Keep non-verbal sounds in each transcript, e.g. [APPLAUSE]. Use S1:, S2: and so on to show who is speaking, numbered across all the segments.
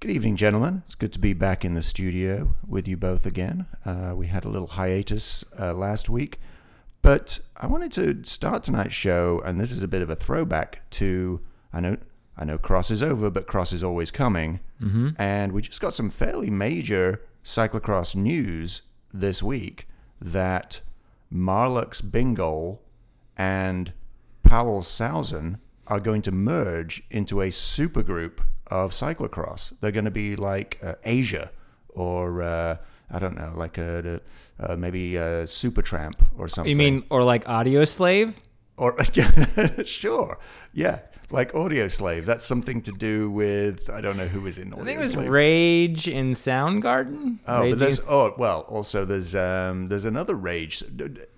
S1: Good evening, gentlemen. It's good to be back in the studio with you both again. Uh, we had a little hiatus uh, last week, but I wanted to start tonight's show, and this is a bit of a throwback to I know I know Cross is over, but Cross is always coming, mm-hmm. and we just got some fairly major cyclocross news this week that Marlux Bingle and Powell Sousen are going to merge into a supergroup of cyclocross. They're going to be like uh, Asia or uh, I don't know, like a, uh, maybe uh, Supertramp or something.
S2: You mean or like Audio Slave?
S1: Or [LAUGHS] yeah, sure, yeah, like Audio Slave. That's something to do with I don't know who was in Audio
S2: I think it was
S1: Slave.
S2: Rage in Soundgarden.
S1: Oh,
S2: Rage
S1: but there's
S2: Against-
S1: oh well. Also, there's um there's another Rage.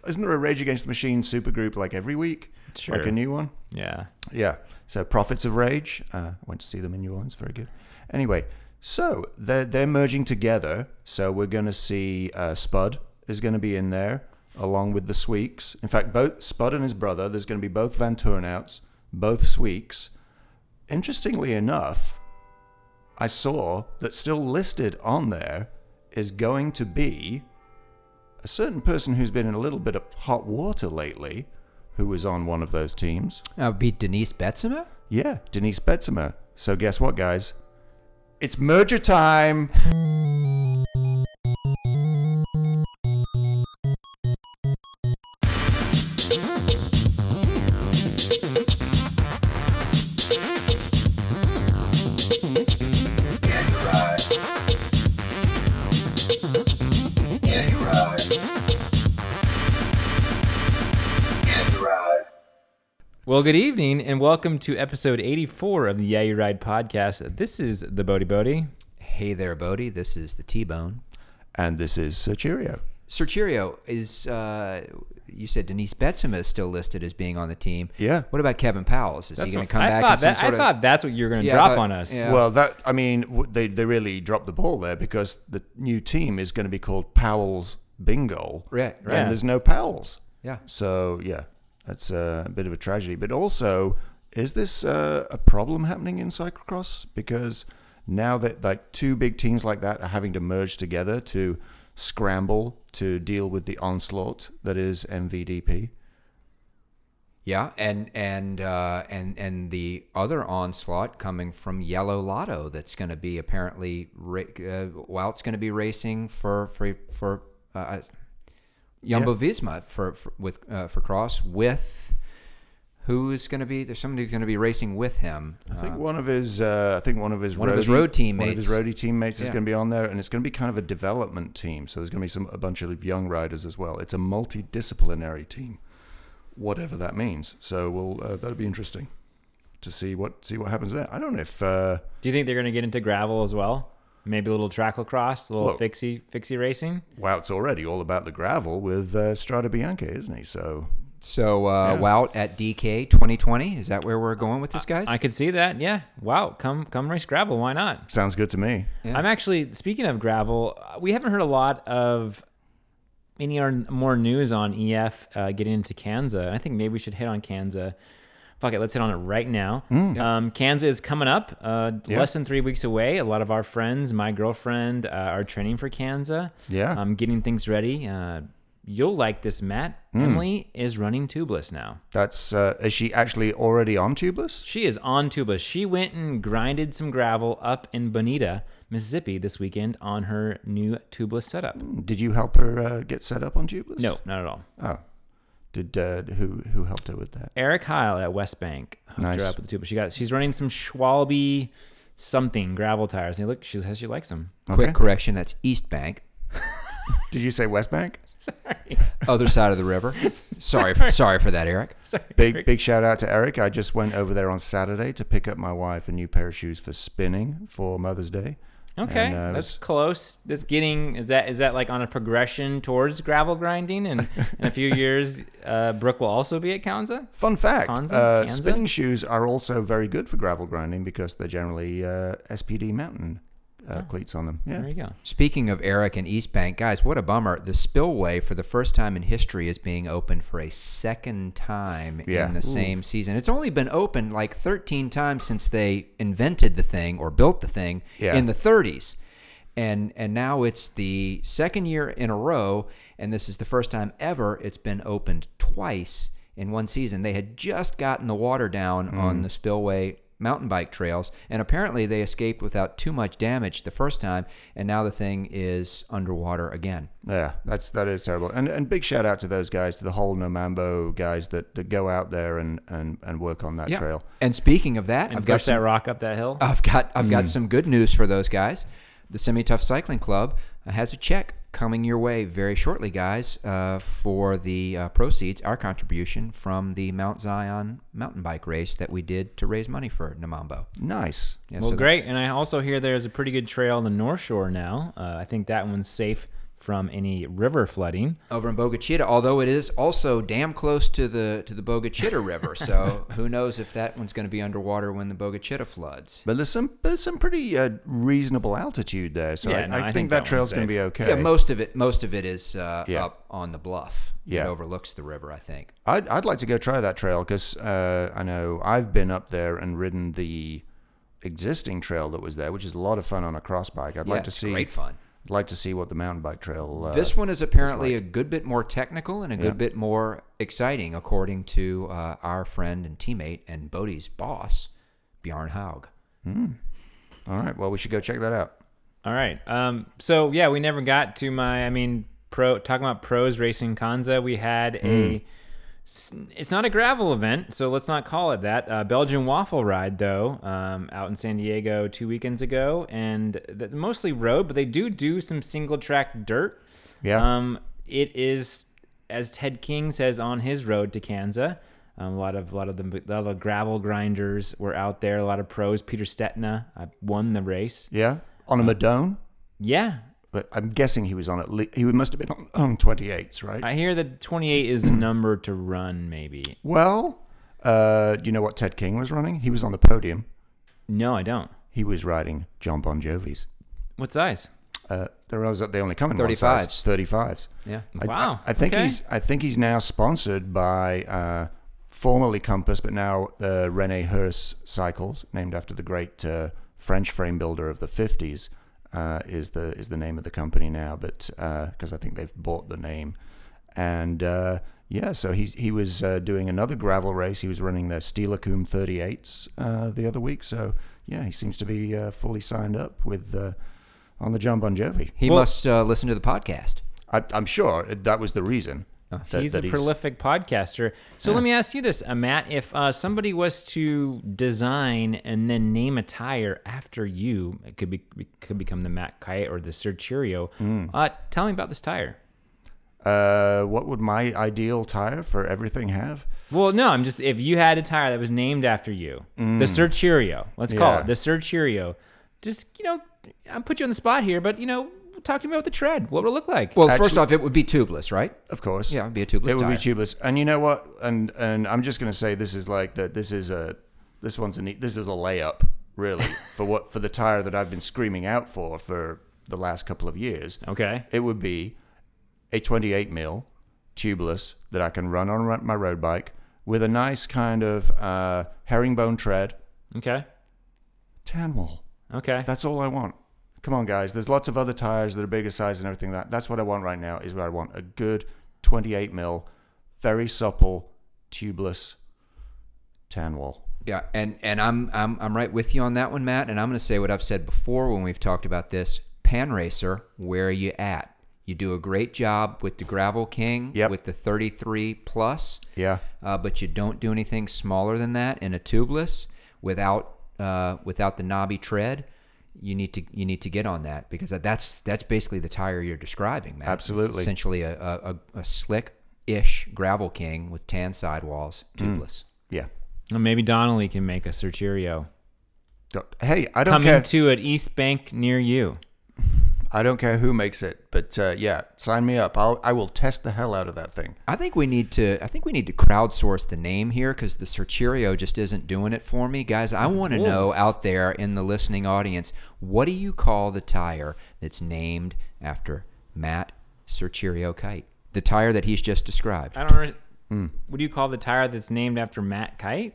S1: Isn't there a Rage Against the Machine supergroup like every week?
S2: Sure.
S1: Like a new one.
S2: yeah.
S1: Yeah. So Prophets of Rage. Uh, I went to see them in New Orleans. Very good. Anyway, so they're they're merging together. So we're going to see uh, Spud is going to be in there along with the Sweeks. In fact, both Spud and his brother. There's going to be both Van Turnouts, both Sweeks. Interestingly enough, I saw that still listed on there is going to be a certain person who's been in a little bit of hot water lately, who was on one of ththose teams.
S3: Uh, beat Denise Betsemer?
S1: Yeah, Denise Betsemer. So guess what, guys? It's merger time. [LAUGHS]
S2: Well, good evening and welcome to episode 84 of the Yeah You Ride podcast. This is the Bodie Bodie.
S3: Hey there, Bodie. This is the T Bone.
S1: And this is Sir Cheerio.
S3: Sir Cheerio is. Uh, you said Denise Betsemer is still listed as being on the team.
S1: Yeah.
S3: What about Kevin Powell? Is he going to
S2: what-
S3: come
S2: I
S3: back?
S2: thought
S3: in some
S2: that-
S3: sort
S2: I
S3: of,
S2: thought that's what you were going to
S3: Yeah, I
S2: drop
S3: thought-
S2: on us.
S3: yeah.
S1: Well, that I mean, w- they they really dropped the ball there because the new team is going to be called Powell's Bingo.
S3: Right, right.
S1: And there's no Powell's.
S3: Yeah.
S1: So yeah, that's a bit of a tragedy. But also, is this uh, a problem happening in cyclocross? Because now that like two big teams like that are having to merge together to scramble to deal with the onslaught that is MVDP.
S3: Yeah, and and uh, and and the other onslaught coming from Yellow Lotto that's going to be apparently ra- uh, Wout's going to be racing for for for uh, Jumbo Visma for, for with uh, for Cross with who is going to be there's somebody who's going to be racing with him.
S1: I think one of his, uh, I think one of his,
S3: Um, one
S1: roadie,
S3: of his road
S1: one of his
S3: teammates.
S1: roadie teammates is
S3: Yeah.
S1: going to be on there, and it's going to be kind of a development team. So there's going to be some a bunch of young riders as well. It's a multidisciplinary team, whatever that means. So we'll uh, that'll be interesting to see what see what happens there. I don't know if uh,
S2: Do you think they're going to get into gravel as well? Maybe a little track lacrosse, a little
S1: Well-
S2: fixie fixie racing?
S1: Wout's already all about the gravel with uh, Strada Bianca, isn't he? So
S3: So uh,
S1: Yeah.
S3: Wout at DK 2020 is that where we're going with this guys?
S2: I could see that. Yeah. Wow. Come come race gravel. Why not?
S1: sounds good to me.
S3: Yeah.
S2: I'm actually speaking of gravel. uh, We haven't heard a lot of any or- more news on EF uh, getting into Kansas. I think maybe we should hit on Kansas. Fuck it, let's hit on it right now. Um, Kansas is coming up, uh,
S1: Mm. Yeah.
S2: less than three weeks away. A lot of our friends, my girlfriend, uh, are training for Kansas.
S1: Yeah.
S3: Um,
S2: I'm getting things ready. Uh, you'll like this, Matt.
S1: Mm.
S2: Emily is running tubeless now.
S1: That's uh, is she actually already on tubeless?
S2: She is on tuba. She went and grinded some gravel up in Bonita, Mississippi this weekend on her new tubeless setup.
S1: Did you help her uh, get set up on tubeless?
S2: No, not at all.
S1: Oh, did uh, who who helped her with that?
S2: Eric Heil at West Bank hooked
S1: Nice.
S2: her up with the tuba. She got she's running some Schwalbe something gravel tires. And look, she says she likes them.
S3: Quick
S1: Okay.
S3: correction, that's East Bank,
S1: Did you say West Bank?
S2: [LAUGHS] Sorry.
S3: other side of the river. sorry, sorry, sorry for that, Eric.
S2: Sorry.
S1: Big
S2: Eric.
S1: big shout out to Eric. I just went over there on Saturday to pick up my wife a new pair of shoes for spinning for Mother's Day.
S2: Okay.
S1: And, uh,
S2: that's
S1: it's-
S2: close. That's getting is that is that like on a progression towards gravel grinding and in a few years uh Brooke will also be at Kansas?
S1: Fun fact:
S2: Kanza?
S1: uh,
S2: Kanza?
S1: spinning shoes are also very good for gravel grinding because they're generally uh, SPD mountain
S2: Oh.
S1: uh, cleats on them.
S2: There
S1: Yeah.
S2: you go.
S3: Speaking of Eric and East Bank, guys, what a bummer. The spillway for the first time in history is being opened for a second time
S1: Yeah.
S3: in the same season. It's only been open like 13 times since they invented the thing or built the thing
S1: Yeah.
S3: in the 30s. And and now it's the second year in a row and this is the first time ever it's been opened twice in one season. They had just gotten the water down
S1: Hmm.
S3: on the spillway mountain bike trails, and apparently they escaped without too much damage the first time, and now the thing is underwater again.
S1: Yeah, that's that is terrible. And and big shout out to those guys, to the whole Nomambo guys that, that go out there and, and, and work on that trail.
S3: And speaking of that,
S2: And
S3: I've
S2: push
S3: got
S2: that
S3: some,
S2: rock up that hill.
S3: I've got I've
S1: Hmm.
S3: got some good news for those guys. The Semi Tough Cycling Club has a check coming your way very shortly, guys, uh, for the uh, proceeds, our contribution from the Mount Zion mountain bike race that we did to raise money for Namambo.
S1: Nice.
S3: Yeah,
S2: well,
S3: so
S2: great. And I also hear there's a pretty good trail on the North Shore now. Uh, I think that one's safe from any river flooding.
S3: over in Bogachita, although it is also damn close to the to the Bogachita
S1: [LAUGHS]
S3: River. So who knows if that one's going to be underwater when the Bogachita floods?
S1: But there's some but there's some pretty uh, reasonable altitude there, so
S2: Yeah,
S1: I,
S2: no,
S1: I,
S2: I
S1: think,
S2: think
S1: that,
S2: that one's
S1: trail's going to
S2: safe.
S1: be okay.
S3: Yeah, most of it most of it is uh,
S1: Yeah.
S3: up on the bluff.
S1: Yeah.
S3: it overlooks the river. I think.
S1: I'd, I'd like to go try that trail because uh, I know I've been up there and ridden the existing trail that was there, which is a lot of fun on a cross bike. I'd
S3: yeah,
S1: like to
S3: it's
S1: see
S3: great fun.
S1: I'd like to see what the mountain bike trail. Uh,
S3: this one is apparently a good bit more technical and a good bit more exciting, according to uh, our friend and teammate and Bodie's boss, Bjorn Haug.
S1: All right, well we should go check that out.
S2: All right. Um, so yeah, we never got to my. I mean, pro talking about pros racing Kanza. We had a. s- It's not a gravel event, so let's not call it that. Uh, Belgian waffle ride though, um, out in San Diego two weekends ago, and that's mostly road, but they do do some single track dirt.
S1: Yeah,
S2: Um, it is, as Ted King says on his road to Kansas, um, a lot of a lot of the a lot of gravel grinders were out there. A lot of pros. Peter Stetna uh, won the race.
S1: yeah, on a
S3: uh,
S1: Madone.
S2: Yeah,
S1: But I'm guessing he was on at least, he must have been on, on 28s, right?
S2: I hear that 28 is the number to run. Maybe
S1: well, uh, do you know what Ted King was running? He was on the podium.
S2: no, I don't.
S1: He was riding John Bon Jovi's.
S2: What size?
S1: Uh, there was they only come in one size,
S3: 35s.
S1: 35s.
S3: Yeah.
S1: I-
S2: Wow,
S1: I, I think
S2: okay.
S1: he's I think he's now sponsored by uh, formerly Compass, but now uh, Rene Hirsch Cycles, named after the great uh, French frame builder of the 50s, uh, is the is the name of the company now. But because I think they've bought the name, and uh, yeah, so he he was uh, doing another gravel race. He was running their Steilacoom 38s uh, the other week. So yeah, he seems to be uh, fully signed up with. Uh, on the John Bon Jovi.
S3: He
S2: Well-
S3: must uh, listen to the podcast.
S1: I, I'm sure that was the reason. that-
S2: he's
S1: that
S2: a prolific podcaster. So let me ask you this, uh, Matt: If uh, somebody was to design and then name a tire after you, it could be could become the Matt Kite or the Serturio.
S1: Mm.
S2: Uh, tell me about this tire.
S1: Uh, what would my ideal tire for everything have?
S2: Well, no, I'm just if you had a tire that was named after you, the Serturio. Let's call
S1: Mm. Yeah.
S2: it the Serturio. Just you know, I'm put you on the spot here, but you know, talk to me about the tread. What would it look like?
S3: Well, first
S1: Actually-
S3: off, it would be tubeless, right?
S1: Of course.
S3: Yeah, it'd be a tubeless
S1: It would
S3: tire.
S1: be tubeless. And you know what? And and I'm just gonna say this is like that. This is a this one's a neat. This is a layup, really, for what for the tire that I've been screaming out for for the last couple of years.
S2: okay.
S1: It would be a 28 mil tubeless that I can run on ro- my road bike with a nice kind of uh, herringbone tread,
S2: Okay.
S1: tan wool.
S2: Okay.
S1: That's all I want. Come on, guys. There's lots of other tires that are bigger size and everything. That that's what I want right now. Is what I want. A good 28 mil, very supple, tubeless tan wall.
S3: Yeah, and and I'm I'm I'm right with you on that one, Matt. And I'm going to say what I've said before when we've talked about this. Pan Racer, where are you at? You do a great job with the Gravel King,
S1: Yep.
S3: with the 33 plus,
S1: Yeah.
S3: uh, but you don't do anything smaller than that in a tubeless without uh, without the knobby tread. You need to you need to get on that because that's that's basically the tire you're describing, Matt. It's
S1: Absolutely.
S3: essentially a a, a, a slick ish Gravel King with tan sidewalls, tubeless.
S1: Yeah.
S2: Well, maybe Donnelly can make a Serturio
S1: Don't- Hey, I don't
S2: coming
S1: care.
S2: to an East Bank near you.
S1: I don't care who makes it, but uh, yeah, sign me up. I'll I will test the hell out of that thing.
S3: I think we need to. I think we need to crowdsource the name here because the Cercherio just isn't doing it for me, guys. I want to know out there in the listening audience, what do you call the tire that's named after Matt Cercherio Kite? The tire that he's just described.
S2: I don't know.
S1: Hmm.
S2: What do you call the tire that's named after Matt Kite?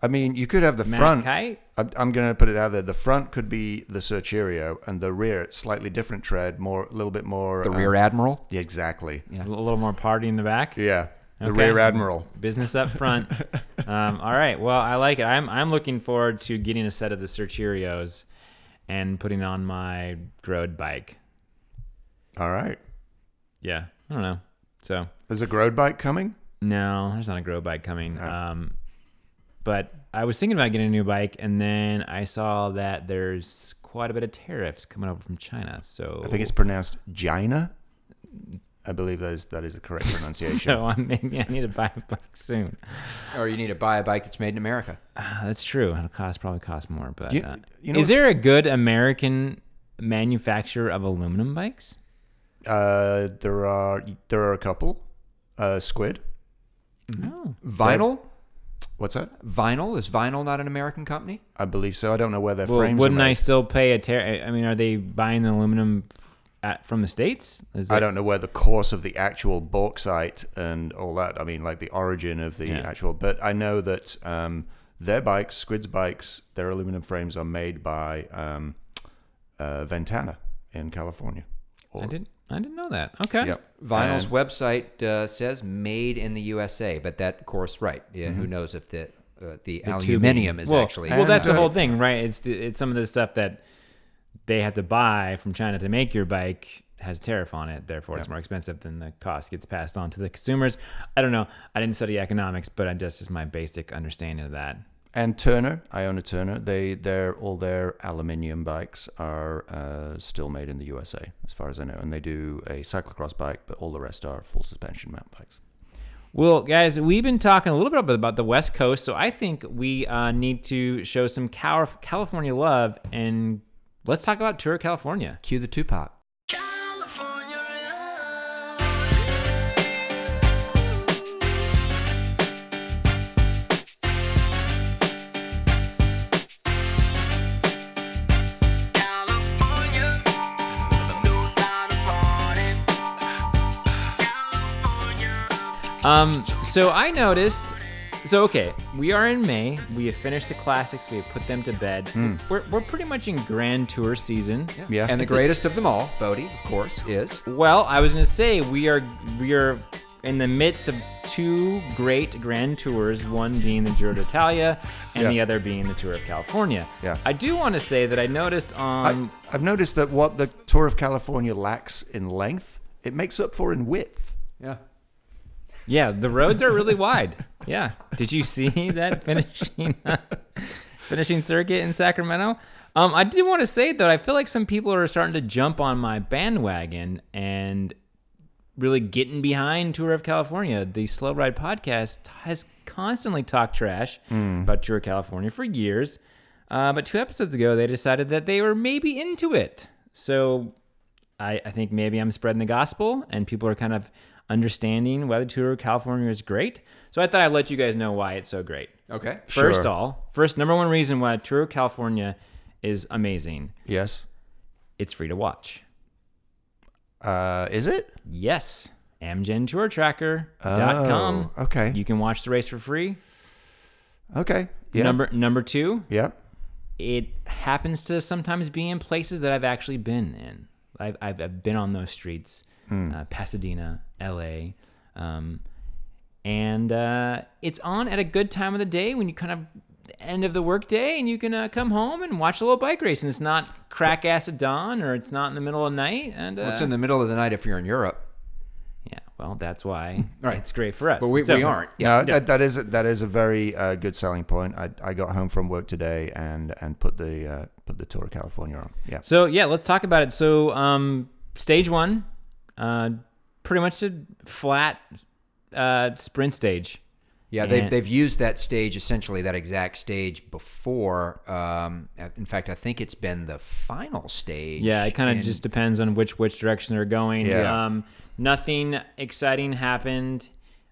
S1: I mean, you could have the
S2: Matt
S1: front.
S2: Kite?
S1: I'm, I'm going to put it out there. The front could be the Cercherio, and the rear, slightly different tread, more a little bit more.
S3: The
S1: uh,
S3: Rear Admiral.
S1: Yeah, exactly. Yeah.
S2: A little more party in the back.
S1: The
S2: Okay.
S1: rear admiral.
S2: Business up
S1: [LAUGHS]
S2: front. um, all right. Well, I like it. I'm I'm looking forward to getting a set of the Cercherios and putting on my Grode bike.
S1: All right.
S2: Yeah. I don't know. So
S1: There's a road bike coming.
S2: no, there's not a Grode bike coming. Um, but I was thinking about getting a new bike, and then I saw that there's quite a bit of tariffs coming over from China. So
S1: I think it's pronounced Gina. I believe that is that is the correct pronunciation.
S2: [LAUGHS] so. I'm, maybe I need to buy a bike soon.
S3: Or you need to buy a bike that's made in America.
S2: Uh, that's true. It'll cost probably cost more, but
S1: You-
S2: uh,
S1: you know
S2: is
S1: what's-
S2: there a good American manufacturer of aluminum bikes?
S1: Uh, there are there are a couple. Uh, squid. Mm-hmm.
S3: Vinyl.
S1: What's that?
S3: Vinyl is vinyl not an American company?
S1: I believe so. I don't know where their
S2: Well,
S1: frames.
S2: wouldn't
S1: are
S2: I
S1: made.
S2: still pay a tariff? I mean, are they buying the aluminum at, from the states? Is
S1: I
S2: it-
S1: don't know where the course of the actual bauxite and all that. I mean, like the origin of the
S2: Yeah.
S1: actual. But I know that um, their bikes, Squid's bikes, their aluminum frames are made by um, uh, Ventana in California. Or,
S2: I didn't. I didn't know that. Okay.
S1: Yep.
S3: Vinyl's website uh, says made in the USA, but that, of course, right. Yeah, Who knows if the uh, Mm-hmm. the, aluminium is
S2: well,
S3: actually
S2: well. That's the
S1: And- uh,
S2: whole thing, right? It's the, it's some of the stuff that they have to buy from China to make your bike has a tariff on it. Therefore, it's more expensive than the cost gets passed on to the consumers. I don't know. I didn't study economics, but I just is my basic understanding of that.
S1: And Turner, I own a Turner. They, their all their aluminium bikes are uh, still made in the USA, as far as I know. And they do a cyclocross bike, but all the rest are full suspension mountain bikes.
S2: Well, guys, we've been talking a little bit about the West Coast, so I think we uh, need to show some Cal- California love and let's talk about Tour California.
S3: cue the Tupac.
S4: California. California, the blue sound of morning. California.
S2: Um, so I noticed. So okay, we are in May. We have finished the classics. We have put them to bed. We're, we're pretty much in Grand Tour season.
S1: Hmm. Yeah.
S3: And the greatest of them all, Bodie, of course, is
S2: Well, I was gonna say we are we are in the midst of two great grand tours, one being the Giro d'Italia and
S1: Yeah.
S2: the other being the Tour of California.
S1: Yeah.
S2: I do want to say that I noticed on
S1: I, I've noticed that what the Tour of California lacks in length, it makes up for in width.
S3: yeah.
S2: yeah, the roads are really wide. Yeah. Did you see [LAUGHS] that finishing uh, finishing circuit in Sacramento? Um, I did want to say though, I feel like some people are starting to jump on my bandwagon and really getting behind Tour of California. The Slow Ride podcast has constantly talked trash about Tour of California for years. Uh, but two episodes ago, they decided that they were maybe into it. So I, I think maybe I'm spreading the gospel and people are kind of understanding why the Tour of California is great. So I thought I'd let you guys know why it's so great.
S3: Okay.
S2: First
S1: Sure.
S2: all, first number one reason why Tour of California is amazing.
S1: Yes.
S2: It's free to watch.
S1: Uh, is it?
S2: Yes. AmgenTourTracker.com.
S1: Oh, okay.
S2: You can watch the race for free.
S1: Okay. Yeah.
S2: Number number two,
S1: Yeah.
S2: it happens to sometimes be in places that I've actually been in. I've, I've, I've been on those streets,
S3: Hmm.
S2: uh, Pasadena, LA. Um, and uh, it's on at a good time of the day when you kind of the end of the workday and you can uh, come home and watch a little bike race. And it's not crack ass at dawn or it's not in the middle of the night. And uh,
S3: Well, it's in the middle of the night if you're in Europe,
S2: yeah, well, that's why
S3: [LAUGHS] Right.
S2: it's great for us.
S3: but we,
S2: So-
S3: we aren't. Yeah.
S1: No, That, that is that is a very uh, good selling point. I, I got home from work today and and put the uh, put the Tour of California on. Yeah.
S2: So yeah, let's talk about it. So um, stage one, uh, pretty much a flat uh, sprint stage.
S3: Yeah, they've,
S2: And-
S3: they've used that stage essentially that exact stage before. Um, in fact, I think it's been the final stage.
S2: Yeah, it kind
S3: in-
S2: of just depends on which which direction they're going.
S1: Yeah.
S2: Um, nothing exciting happened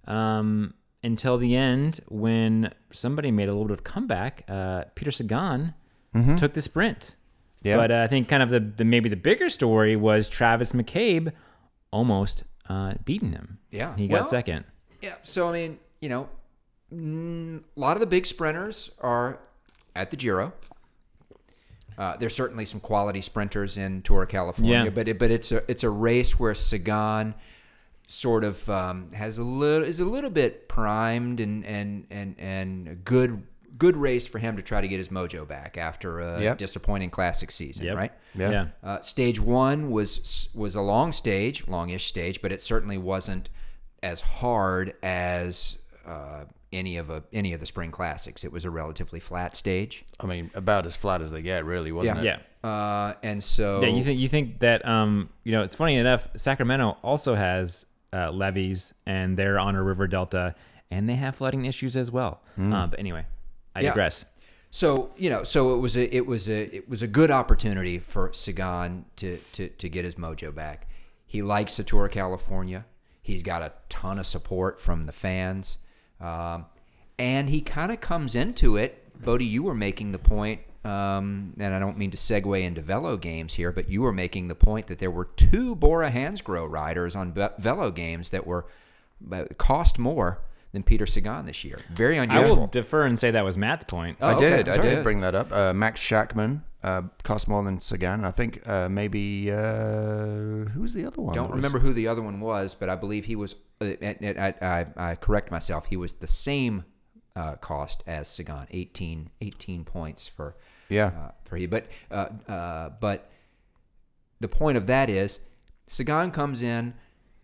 S2: um, until the end when somebody made a little bit of comeback. Uh, Peter Sagan took the sprint.
S1: Yeah.
S2: But uh, I think kind of the, the maybe the bigger story was Travis McCabe almost uh, beating him.
S3: Yeah.
S2: He
S3: Well,
S2: got second.
S3: Yeah, so I mean, you know, mm, a lot of the big sprinters are at the Giro. Uh, there's certainly some quality sprinters in Tour of California,
S2: Yeah.
S3: but it, but it's a it's a race where Sagan sort of um, has a little is a little bit primed and and and and a good good race for him to try to get his mojo back after a
S1: Yep.
S3: disappointing classic season,
S2: Yep.
S3: right?
S1: Yeah.
S2: Yeah.
S3: Uh, stage one was was a long stage, longish stage, but it certainly wasn't as hard as uh, any of a any of the spring classics. It was a relatively flat stage,
S1: I mean, about as flat as they get, really, wasn't
S3: Yeah.
S1: it?
S2: Yeah.
S3: uh, and so
S2: Yeah, you think you think that um, you know it's funny enough. Sacramento also has uh, levees, and they're on a river delta, and they have flooding issues as well.
S3: Mm.
S2: Uh, but anyway, I
S3: Yeah.
S2: digress.
S3: So you know, so it was a it was a it was a good opportunity for Sagan to to to get his mojo back. He likes the tour of California. He's got a ton of support from the fans, um, and he kind of comes into it. Bodie, you were making the point, um, and I don't mean to segue into Velo games here, but you were making the point that there were two Bora Hansgrohe riders on Ve- Velo games that were that cost more than Peter Sagan this year. Very
S2: I
S3: unusual.
S2: will defer and say that was Matt's point.
S3: Oh,
S1: I
S3: okay.
S1: did. I
S3: Sorry.
S1: did bring that up. Uh, Max Shackman uh, cost more than Sagan. I think uh, maybe uh, who's the other one?
S3: Don't
S1: that was-
S3: remember who the other one was, but I believe he was. Uh, and- and I, I, I correct myself. He was the same uh, cost as Sagan, 18, 18 points for
S1: Yeah.
S3: uh, for he. But uh, uh, but the point of that is Sagan comes in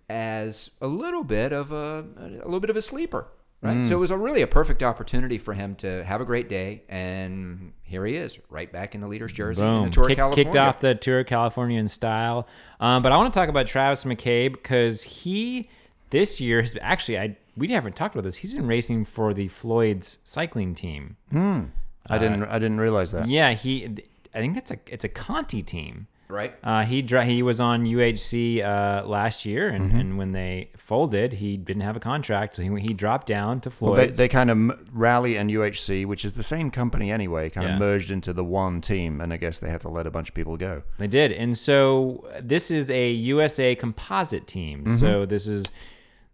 S3: as a little bit of a a little bit of a sleeper, right?
S2: Mm.
S3: So it was a really a perfect opportunity for him to have a great day, and here he is, right back in the leader's jersey in the
S2: Boom.
S3: Tour
S2: Kick-
S3: of California.
S2: Kicked off the Tour of California in style. Um, but I want to talk about Travis McCabe because he, this year, has actually, I we haven't talked about this. He's been racing for the Floyd's cycling
S3: [LAUGHS]
S2: team.
S1: I didn't. I didn't realize that.
S2: Yeah, he, I think that's a, it's a Conti team.
S3: right?
S2: Uh, he dri- he was on UHC uh, last year, and,
S1: Mm-hmm.
S2: and when they folded, he didn't have a contract, so he, he dropped down to
S1: Well, they,
S2: Floyd.
S1: they kind of m- rally and UHC, which is the same company anyway, kind
S2: Yeah.
S1: of merged into the one team, and I guess they had to let a bunch of people go.
S2: they, did, and so uh, this is a USA composite team.
S1: Mm-hmm.
S2: So this is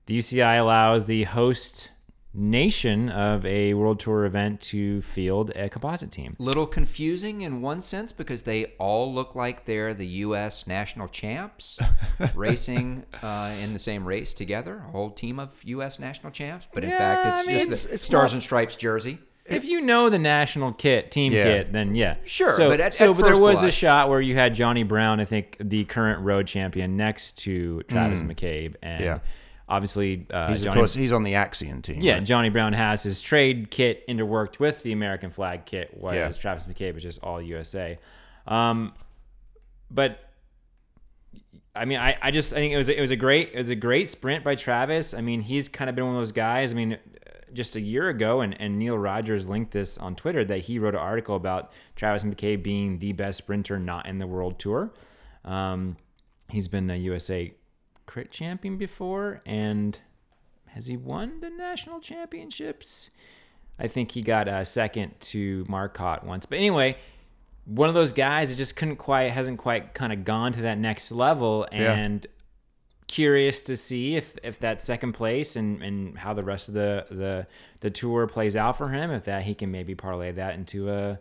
S2: the UCI allows the host nation of a World Tour event to field a composite team.
S3: little confusing in one sense because they all look like they're the U.S.
S2: [LAUGHS]
S3: national champs racing uh, in the same race together, a whole team of U.S. national champs. But in fact,
S2: Yeah,
S3: it's
S2: I mean,
S3: just
S1: it's-
S3: the
S1: it's
S3: Stars
S1: not-
S3: and Stripes jersey.
S2: If you know the national kit, team
S1: Yeah.
S2: kit, then yeah,
S3: Sure,
S2: So,
S3: but at-
S2: so
S3: at
S2: but there
S3: first
S2: was a
S3: blush.
S2: shot where you had Johnny Brown, I think, the current road champion, next to Travis McCabe, and
S1: Mm. Yeah.
S2: obviously uh,
S1: He's, of
S2: Johnny.
S1: course, he's on the Axion team.
S2: yeah,
S1: right?
S2: Johnny Brown has his trade kit interworked with the American flag kit, whereas
S1: Yeah.
S2: Travis McCabe is just all USA. Um, but I mean, I, I just I think it was it was a great it was a great sprint by Travis. I mean, he's kind of been one of those guys. I mean, uh, just a year ago, and, and Neil Rogers linked this on Twitter that he wrote an article about Travis McKay being the best sprinter not in the World Tour. Um, he's been a USA crit champion before, and has he won the national championships? I think he got uh, second to Marcotte once. But anyway, one of those guys that just couldn't quite hasn't quite kind of gone to that next level and curious to see if if that second place and and how the rest of the the the tour plays out for him if that he can maybe parlay that into a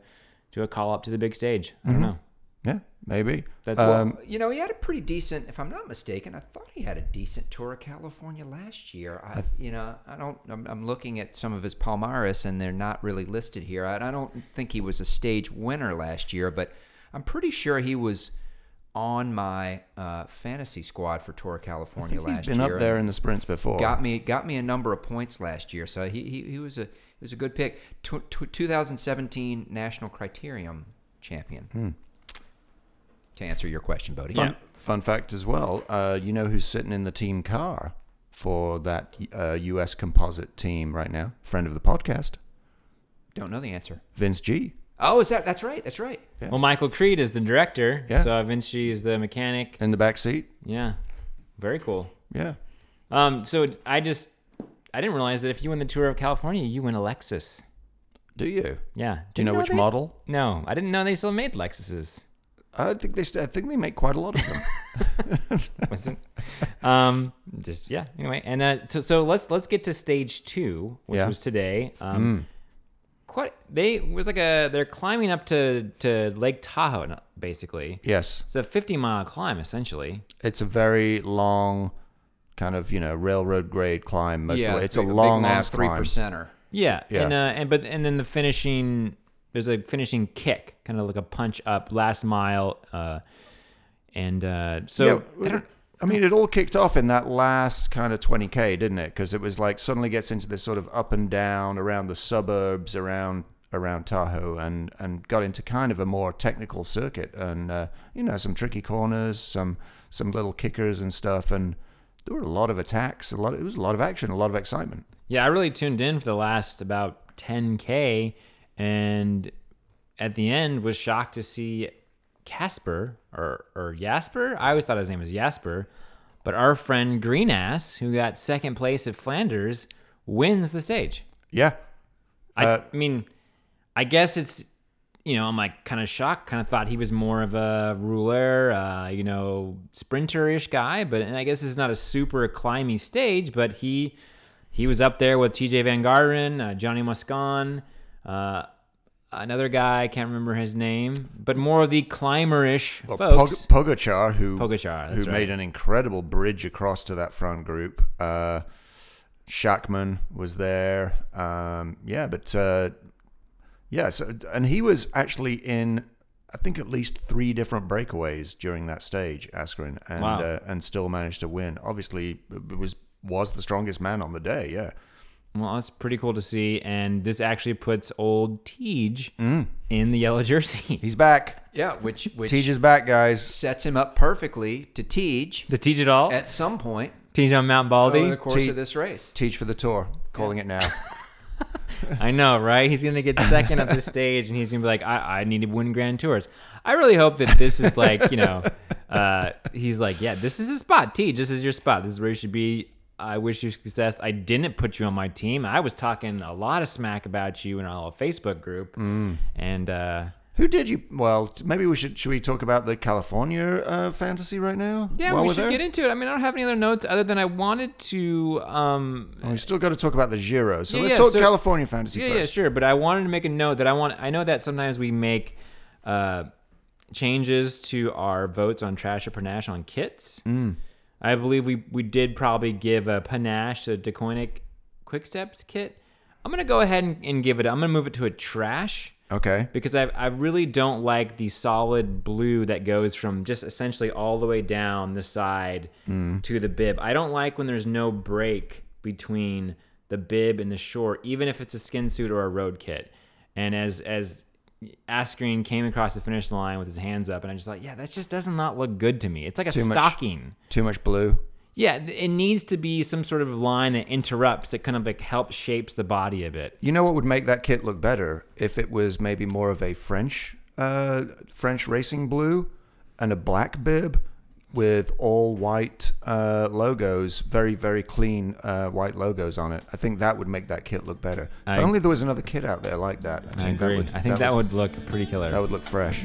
S2: to a call up to the big stage i
S1: Mm-hmm.
S2: don't know
S1: yeah, maybe.
S2: That's-
S1: um,
S3: you know, he had a pretty decent, if I'm not mistaken, I thought he had a decent tour of California last year. I, you know, I don't, I'm, I'm looking at some of his Palmaris and they're not really listed here. I, I don't think he was a stage winner last year, but I'm pretty sure he was on my uh, fantasy squad for Tour of
S1: I
S3: California
S1: think
S3: last
S1: he's been
S3: year.
S1: up there in the sprints before.
S3: Got me, got me a number of points last year, so he, he, he was a he was a good pick. Tw tw 2017 National Criterium champion.
S1: Hmm.
S3: To answer your question, Bodie.
S1: Fun, fun fact as well. Uh, you know who's sitting in the team car for that uh, U.S. composite team right now? Friend of the podcast,
S3: Don't know the answer.
S1: Vince G.
S3: Oh, is that? That's right. That's right.
S1: Yeah.
S2: Well, Michael Creed is the director.
S1: Yeah.
S2: So Vinci is the mechanic.
S1: in the back seat.
S2: Yeah. Very cool.
S1: Yeah.
S2: Um, so I just I didn't realize that if you win the tour of California, you win a Lexus.
S1: Do you?
S2: Yeah.
S1: Do you know which
S2: they-
S1: model?
S2: No, I didn't know they still made Lexuses.
S1: I think they. St- I think they make quite a lot of them.
S2: Wasn't. um, just yeah. Anyway, and uh, so so let's let's get to stage two, which
S1: Yeah. Mm.
S2: was today. Um, quite they it was like a they're climbing up to to Lake Tahoe no- basically.
S1: yes,
S2: It's a 50 mile climb essentially.
S1: it's a very long, kind of you know railroad grade climb. Most of the way. it's a
S3: big- big,
S1: long ass
S3: three
S1: climb.
S3: percenter.
S2: Yeah,
S1: Yeah.
S2: and uh, and but and then the finishing there's a finishing kick, kind of like a punch up last mile, uh, and uh, so
S1: yeah, I, mean, it all kicked off in that last kind of 20k, didn't it? Because it was like suddenly gets into this sort of up and down around the suburbs, around around Tahoe, and and got into kind of a more technical circuit, and uh, you know some tricky corners, some some little kickers and stuff, and there were a lot of attacks, a lot. It was a lot of action, a lot of excitement.
S2: yeah, I really tuned in for the last about 10k, and at the end was shocked to see Casper or or Jasper. I always thought his name was Jasper, but our friend Greenass, who got second place at Flanders, wins the stage.
S1: Yeah,
S2: I,
S1: Uh,
S2: I mean, I guess it's you know I'm like kind of shocked. Kind of thought he was more of a ruler, uh, you know, sprinter-ish guy. But and I guess it's not a super climby stage, but he he was up there with T.J. Van Garderen, uh, Johnny Muscon, uh, another guy I can't remember his name, but more of the climber-ish
S1: well, Pog-
S2: folks.
S1: Pogacar, who
S2: Pogacar,
S1: who
S2: that's right.
S1: made an incredible bridge across to that front group. Uh, Shackman was there. Um, yeah, but uh, yeah, so, and he was actually in, I think, at least three different breakaways during that stage, Askren, and
S2: Wow.
S1: uh, and still managed to win. Obviously, it was was the strongest man on the day. Yeah,
S2: Well, that's pretty cool to see, and this actually puts old Tej in the yellow jersey.
S1: Mm.
S2: [LAUGHS]
S1: he's back.
S3: Yeah, which which
S1: Tej is back, guys.
S3: sets him up perfectly to teach
S2: to Tej at all,
S3: at some point
S2: Tej on Mount Baldy.
S3: over the course
S1: Te-
S3: of this race.
S1: Teach for the tour. Calling it
S2: [LAUGHS]
S1: now.
S2: I know, right? He's gonna get second at this stage, and he's gonna be like, I, "I need to win Grand Tours." I really hope that this is like, you know, [LAUGHS] uh, he's like, "Yeah, this is his spot. T, this is your spot. This is where you should be. I wish you success. I didn't put you on my team. I was talking a lot of smack about you in our Facebook group,
S1: Mm.
S2: and uh,
S1: Who did you? Well, maybe we should. Should we talk about the California uh, fantasy right now?
S2: yeah,
S1: While
S2: we
S1: we're
S2: should
S1: there?
S2: get into it. I mean, I don't have any other notes other than I wanted to um,
S1: And we've still got to talk about the Giro. So
S2: Yeah,
S1: let's
S2: yeah,
S1: talk
S2: so-
S1: California fantasy
S2: yeah,
S1: first.
S2: yeah, sure. But I wanted to make a note that I want. I know that sometimes we make uh, changes to our votes on trash or panache on kits.
S1: Mm.
S2: I believe we we did probably give a panache a DeCoinic Quick Steps kit. I'm gonna go ahead and, and give it. I'm gonna move it to a trash
S1: Okay.
S2: because I I really don't like the solid blue that goes from just essentially all the way down the side
S1: Mm.
S2: to the bib. I don't like when there's no break between the bib and the short, even if it's a skin suit or a road kit. And as as Askren came across the finish line with his hands up, and I just like, yeah, that just does not look good to me. It's like a
S1: much.
S2: stocking.
S1: Too much blue.
S2: Yeah, th- it needs to be some sort of line that interrupts. It kind of like helps shapes the body a bit.
S1: You know what would make that kit look better if it was maybe more of a French, uh, French racing blue, and a black bib with all white uh, logos, very very clean uh, white logos on it. I think that would make that kit look better. If
S2: I-
S1: only there was another kit out there like that. I,
S2: I
S1: think
S2: agree. I think that
S1: would
S2: would, look pretty killer.
S1: that would look fresh.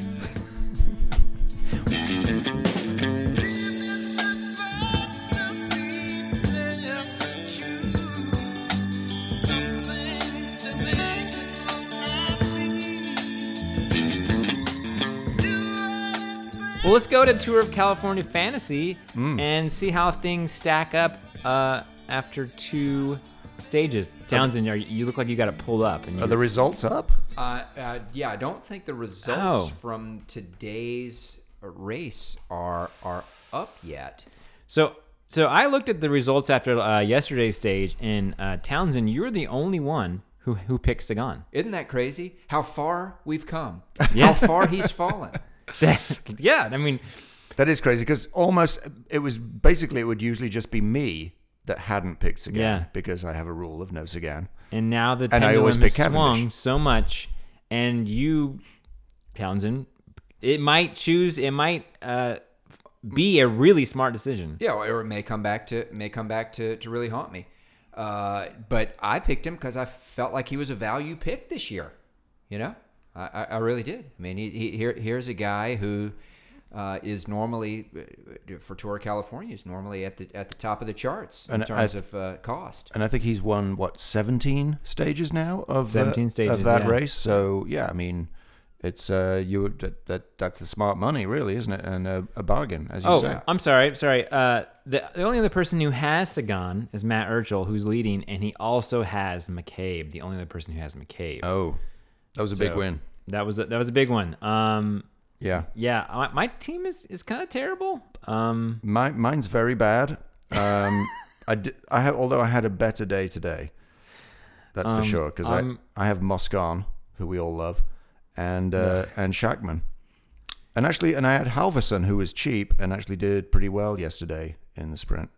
S2: Well, let's go to Tour of California Fantasy
S1: Mm.
S2: and see how things stack up uh, after two stages. Townsend, are, you look like you got it pulled up. And
S1: Are
S2: you,
S1: the results up?
S3: Uh, uh, yeah, I don't think the results
S2: Oh.
S3: from today's race are are up yet.
S2: so, so I looked at the results after uh, yesterday's stage, and uh, Townsend, you're the only one who who picked Sagan. [LAUGHS]
S3: Isn't that crazy? How far we've come.
S2: Yeah.
S3: How far he's fallen.
S1: [LAUGHS]
S2: yeah, I mean,
S1: That is crazy because almost it was basically it would usually just be me that hadn't picked Sagan
S2: Yeah.
S1: because I have a rule of no Sagan.
S2: And now the
S1: And I
S2: pendulum
S1: always
S2: has
S1: pick Cavendish.
S2: swung so much, and you, Townsend, it might choose. It might uh, be a really smart decision.
S3: Yeah, or it may come back to may come back to, to really haunt me. Uh, but I picked him because I felt like he was a value pick this year. You know, I, I, I really did. I mean, he, he here here's a guy who uh, is normally uh, for Tour of California is normally at the at the top of the charts in
S1: And I
S3: terms
S1: th-
S3: of uh, cost.
S1: And I think he's won what 17 stages now of
S2: 17
S1: uh,
S2: stages,
S1: of that
S2: yeah.
S1: race. So yeah, I mean, it's uh, you would- that, that that's the smart money, really, isn't it? And a, a bargain, as you
S2: Oh,
S1: say.
S2: I'm sorry. I'm sorry. Uh, the, the only other person who has Sagan is Matt Urchel, who's leading, and he also has McCabe. The only other person who has McCabe.
S1: Oh, that was a big
S2: So,
S1: win.
S2: That was a, that was a big one. Um,
S1: Yeah,
S2: yeah, my, my team is, is kind of terrible. Um,
S1: my mine's very bad. Um, I di- I have although I had a better day today. That's for sure because I
S2: I'm-
S1: I have Moscon, who we all love, and uh, and Shackman, and actually and I had Halverson, who was cheap and actually did pretty well yesterday in the sprint.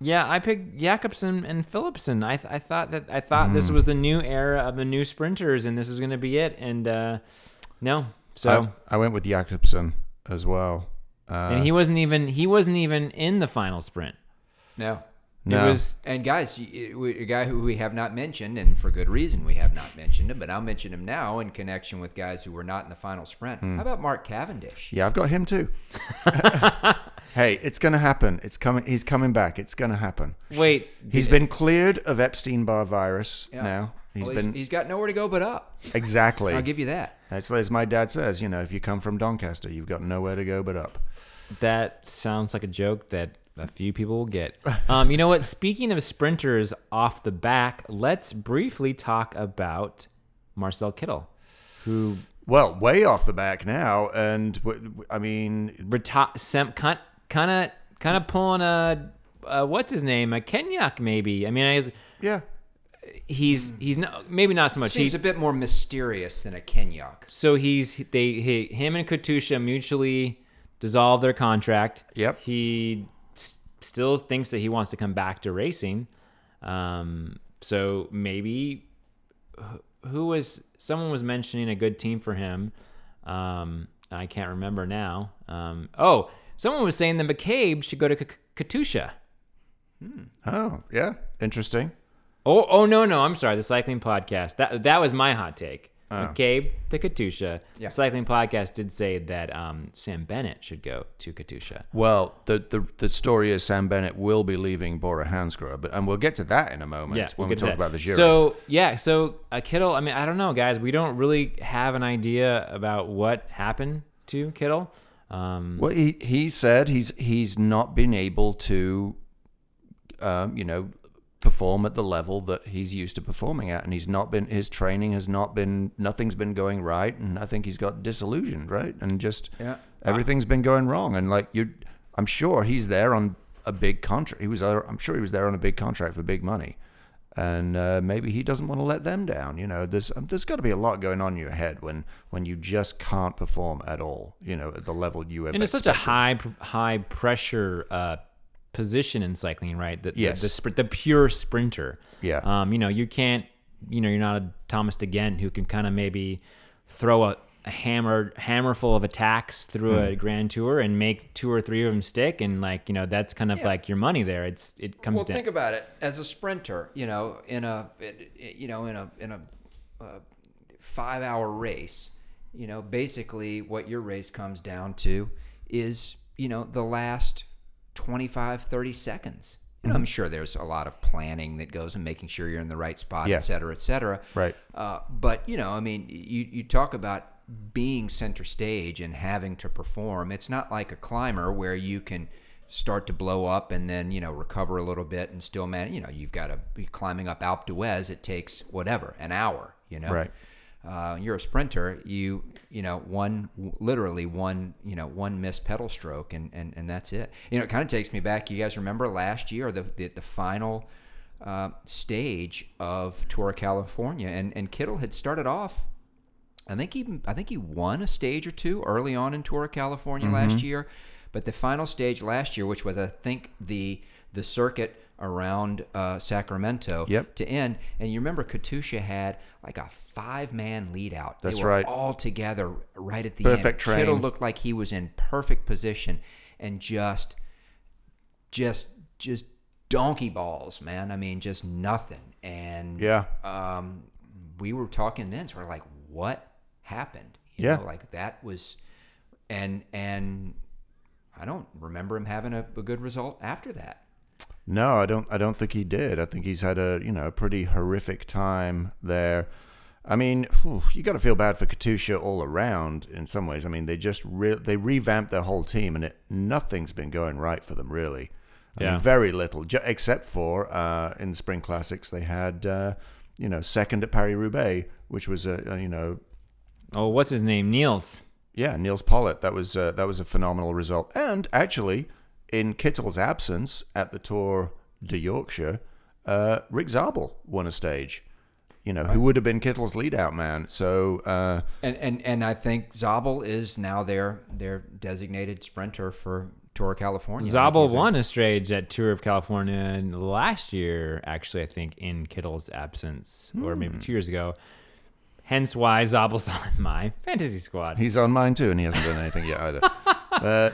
S2: yeah, I picked Jakobsen and Philipson. I, th- I thought that I thought
S1: Hmm.
S2: this was the new era of the new sprinters, and this was going to be it. And uh, no, so
S1: I, I went with Jakobsen as well. Uh,
S2: and he wasn't even he wasn't even in the final sprint.
S3: No,
S1: no,
S2: It was
S3: And guys, y- we- a guy who we have not mentioned, and for good reason we have not mentioned him, but I'll mention him now in connection with guys who were not in the final sprint.
S1: Hmm.
S3: How about Mark Cavendish?
S1: yeah, I've got him too. [LAUGHS] hey, it's gonna happen. It's coming. He's coming back. It's gonna happen.
S2: wait.
S1: He's been cleared of Epstein Barr virus
S3: Yeah.
S1: now. He's
S3: Well,
S1: been
S3: he's got nowhere to go but up.
S1: exactly.
S3: I'll give you that.
S1: That's as my dad says. You know, if you come from Doncaster, you've got nowhere to go but up.
S2: That sounds like a joke that a few people will get. [LAUGHS] Um, you know what? Speaking of sprinters off the back, let's briefly talk about Marcel Kittel, who
S1: Well, way off the back now, and w- w- I mean,
S2: reti- sem- kind of kind of pulling a, a what's his name a Kenyak maybe. I mean, I guess
S1: yeah,
S2: he's he's not, maybe not so much.
S3: Seems
S2: He's,
S3: a bit more mysterious than a Kenyok.
S2: so he's they he, him and Katusha mutually dissolve their contract.
S1: Yep.
S2: He s- still thinks that he wants to come back to racing. Um, so maybe wh- who was someone was mentioning a good team for him. Um, I can't remember now. Um, oh, someone was saying that McCabe should go to K- Katusha.
S1: oh yeah, interesting.
S2: Oh, oh no, no, I'm sorry. The cycling podcast. That that was my hot take.
S1: Oh.
S2: McCabe to Katusha.
S3: Yeah.
S2: Cycling podcast did say that um, Sam Bennett should go to Katusha.
S1: Well, the, the the story is Sam Bennett will be leaving Bora Hansgrohe, but and we'll get to that in a moment
S2: Yeah,
S1: when
S2: we'll
S1: we
S2: get to
S1: talk
S2: that.
S1: about the Giro.
S2: So yeah, so uh, Kittle. I mean, I don't know, guys. We don't really have an idea about what happened to Kittle. Um,
S1: well, he he said he's he's not been able to, um, you know, perform at the level that he's used to performing at, and he's not been his training has not been nothing's been going right, and I think he's got disillusioned, right, and just
S3: Yeah.
S1: everything's been going wrong, and like you, I'm sure he's there on a big contract. He was there, I'm sure he was there on a big contract for big money. and uh, maybe he doesn't want to let them down. You know, there's um, there's got to be a lot going on in your head when when you just can't perform at all. You know, at the level you have.
S2: and it's such a high pr- high pressure uh, position in cycling, right? The, the-
S1: Yes.
S2: The, spr- the pure sprinter.
S1: Yeah.
S2: Um, you know, you can't. You know, you're not a Thomas DeGent who can kind of maybe throw a, a hammer hammerful of attacks through a Grand Tour and make two or three of them stick, and like you know, that's kind of like your money there. It's it comes
S3: Well,
S2: down.
S3: think about it. As a sprinter, you know, in a it- it- you know in a in a uh, five hour race, you know, basically what your race comes down to is you know the last 25, 30 seconds. You know,
S1: Mm-hmm.
S3: I'm sure there's a lot of planning that goes in making sure you're in the right spot,
S1: Yeah.
S3: et cetera, et cetera.
S1: Right.
S3: Uh, but you know, I mean, you you talk about being center stage and having to perform. It's not like a climber where you can start to blow up and then you know recover a little bit and still man. You know, you've got to be climbing up Alpe d'Huez. It takes whatever an hour. You know,
S1: Right.
S3: Uh, you're a sprinter. You you know one literally one you know one missed pedal stroke and and, and that's it. You know, it kind of takes me back. You guys remember last year the the, the final uh, stage of Tour of California, and and Kittle had started off. I think he I think he won a stage or two early on in Tour of
S1: Mm-hmm.
S3: California last year, but the final stage last year, which was I think the the circuit around uh, Sacramento
S1: Yep.
S3: to end. And you remember Katusha had like a five man lead out.
S1: That's
S3: they were
S1: right.
S3: All together right at the
S1: Perfect
S3: end. Kittle
S1: train.
S3: looked like he was in perfect position and just just just donkey balls, man. I mean, just nothing. And
S1: Yeah.
S3: um, we were talking then, sort of like, what happened? You
S1: Yeah.
S3: know, like that was, and and I don't remember him having a, a good result after that.
S1: No, I don't. I don't think he did. I think he's had a you know a pretty horrific time there. I mean, whew, you got to feel bad for Katusha all around in some ways. I mean, they just re- they revamped their whole team, and it, nothing's been going right for them really. I
S2: Yeah.
S1: mean, very little, ju- except for uh, in the spring classics they had uh, you know second at Paris Roubaix, which was a, a you know
S2: Oh, what's his name? Niels.
S1: yeah, Niels Pollitt. That was uh, that was a phenomenal result. And actually, in Kittel's absence at the Tour de Yorkshire, uh, Rick Zabel won a stage. You know, who would have been Kittel's lead-out man. So uh,
S3: And and and I think Zabel is now their their designated sprinter for Tour of California.
S2: Zabel won a stage at Tour of California last year, actually, I think, in Kittle's absence, or maybe two years ago. Hence why Zabel's [LAUGHS] on my fantasy squad.
S1: he's on mine too, and he hasn't done anything yet either. But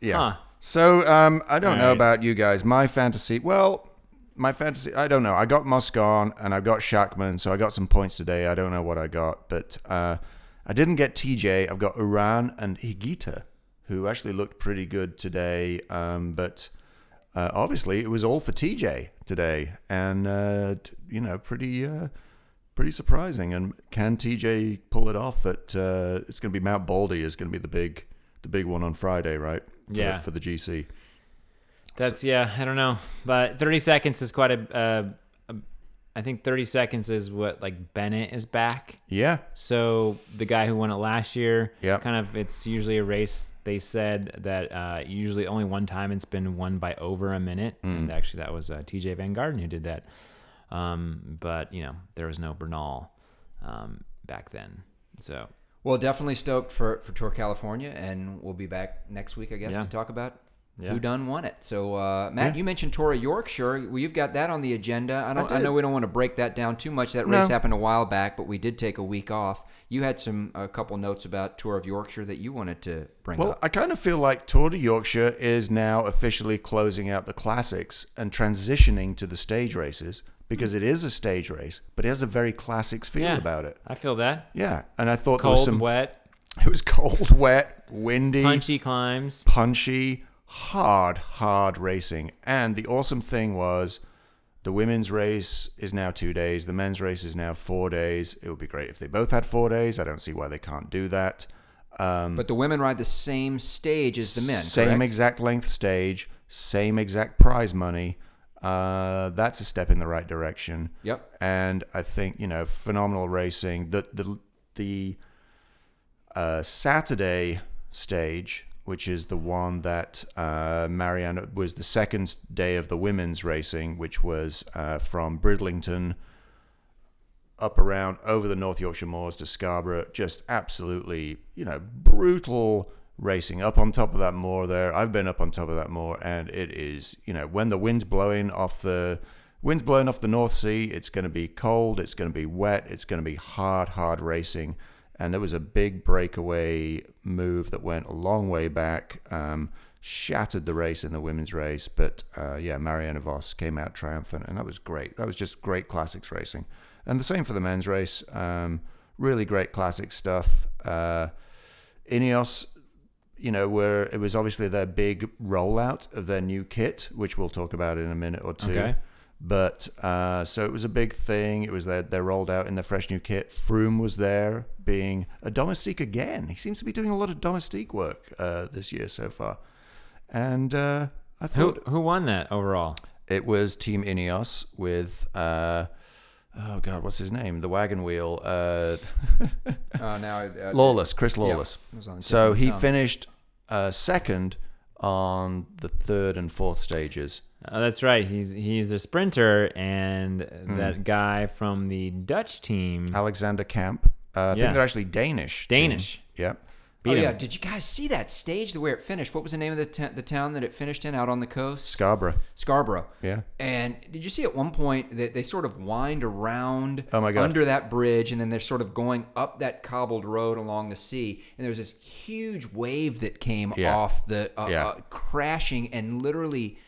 S1: yeah.
S2: Huh.
S1: So um, I don't know
S2: Alright.
S1: about you guys. My fantasy, well, my fantasy. I don't know. I got Moscon and I got Shackman, so I got some points today. I don't know what I got, but uh, I didn't get TJ. I've got Uran and Higita, who actually looked pretty good today. Um, but uh, obviously, it was all for TJ today, and uh, t- you know, pretty. Uh, Pretty surprising, and can TJ pull it off? At uh, it's going to be Mount Baldy is going to be the big, the big one on Friday, right? For-
S2: Yeah.
S1: for the GC.
S2: That's, yeah, I don't know. But 30 seconds is quite a. Uh, a- I think 30 seconds is what, like, Bennett is back.
S1: Yeah.
S2: So the guy who won it last year,
S1: Yeah.
S2: kind of, it's usually a race. They said that uh, usually only one time it's been won by over a minute,
S1: Hmm.
S2: and actually that was uh, T.J. Van Garden who did that. Um, but you know there was no Bernal um, back then, so
S3: Well, definitely stoked for for Tour California, and we'll be back next week, I guess,
S2: Yeah.
S3: to talk about.
S2: Yeah.
S3: Who done won it? So uh, Matt, you mentioned Tour of Yorkshire. Well, you've got that on the agenda. I don't. I,
S1: did.
S3: know we don't want to break that down too much. That
S1: No.
S3: race happened a while back, but we did take a week off. You had some a couple notes about Tour of Yorkshire that you wanted to bring
S1: Well,
S3: up.
S1: I kind of feel like Tour de Yorkshire is now officially closing out the classics and transitioning to the stage races because it is a stage race, but it has a very classics feel
S2: yeah,
S1: about it.
S2: I feel that
S1: Yeah, and I thought there was
S2: cold,
S1: some.
S2: wet,
S1: [LAUGHS] It was cold, wet, windy,
S2: punchy climbs.
S1: punchy, hard, hard racing. And the awesome thing was the women's race is now two days, the men's race is now four days. It would be great if they both had four days. I don't see why they can't do that. Um,
S3: but the women ride the same stage as the men.
S1: Same
S3: correct?
S1: exact length stage, same exact prize money. Uh, that's a step in the right direction.
S3: Yep.
S1: And I think you know, phenomenal racing. The the the uh, Saturday stage, which is the one that uh, Mariana was the second day of the women's racing, which was uh, from Bridlington up around over the North Yorkshire Moors to Scarborough. Just absolutely, you know, brutal racing up on top of that moor there. I've been up on top of that moor and it is, you know, when the wind's blowing off the wind's blowing off the North Sea, it's going to be cold, it's going to be wet, it's going to be hard hard racing. And there was a big breakaway move that went a long way back, um, shattered the race in the women's race. But uh, yeah, Mariana Voss came out triumphant, and that was great. That was just great classics racing. And the same for the men's race. Um, really great classic stuff. Uh, Ineos, you know, were it was obviously their big rollout of their new kit, which we'll talk about in a minute or two.
S2: Okay.
S1: But uh, so it was a big thing. It was their they rolled out in their fresh new kit. Froome was there, being a domestique again. He seems to be doing a lot of domestique work uh, this year so far. And uh, I
S2: Who
S1: thought
S2: who won that overall?
S1: it was Team Ineos with uh, oh god, what's his name? The wagon wheel. Uh,
S3: Uh, now it-
S1: [LAUGHS]
S3: uh,
S1: Lawless, Chris Lawless.
S3: it was on the tip
S1: so
S3: of
S1: he
S3: my tongue.
S1: finished uh, second on the third and fourth stages.
S2: Oh, that's right. He's he's a sprinter, and
S1: Hmm.
S2: that guy from the Dutch team,
S1: Alexander Camp. Uh, I
S2: Yeah.
S1: think they're actually Danish. team.
S2: Danish.
S1: Yeah.
S2: Beat
S3: oh
S2: 'em.
S3: yeah, did you guys see that stage the way it finished? What was the name of the t- the town that it finished in out on the coast?
S1: Scarborough.
S3: Scarborough.
S1: Yeah.
S3: And did you see at one point that they sort of wind around
S1: Oh, my God.
S3: under that bridge and then they're sort of going up that cobbled road along the sea and there's this huge wave that came
S1: Yeah.
S3: off the uh,
S1: Yeah.
S3: uh, crashing and literally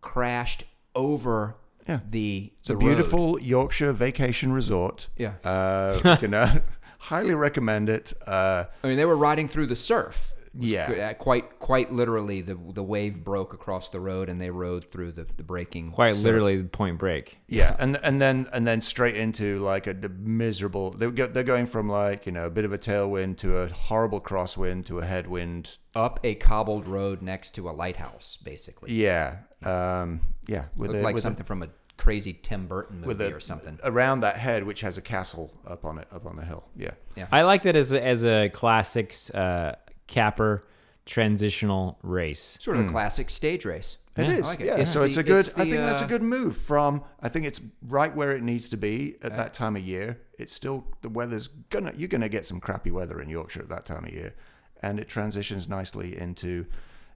S3: crashed over
S1: Yeah.
S3: the
S1: It's a
S3: the road.
S1: beautiful Yorkshire vacation resort.
S3: Yeah.
S1: Uh,
S3: [LAUGHS]
S1: we can uh, [LAUGHS] highly recommend it. Uh,
S3: I mean they were riding through the surf.
S1: yeah.
S3: Uh, Quite quite literally the the wave broke across the road and they rode through the, the breaking
S2: Quite
S3: surf.
S2: literally, Point Break.
S1: Yeah, and and then and then straight into like a d- miserable. They go, they're going from like you know a bit of a tailwind to a horrible crosswind to a headwind.
S3: up a cobbled road next to a lighthouse basically.
S1: Yeah, um, yeah, with
S3: Looked
S1: a,
S3: like
S1: with a-
S3: something from a crazy Tim Burton movie
S1: with a-
S3: or something.
S1: around that head, which has a castle up on it, up on the hill. Yeah,
S2: I like that as a, as a classics uh, capper transitional race.
S3: Sort of a classic stage race.
S1: it is.
S3: I like it.
S1: Yeah,
S3: It's
S1: so
S3: the-
S1: it's a good.
S3: it's
S1: I think
S3: the,
S1: that's a
S3: uh,
S1: good move from. I think it's right where it needs to be at that time of year. It's still the weather's gonna. You're gonna get some crappy weather in Yorkshire at that time of year, and it transitions nicely into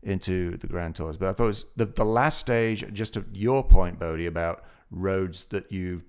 S1: into the Grand Tours. But I thought it was the the last stage. Just to your point, Bodie, about roads that you've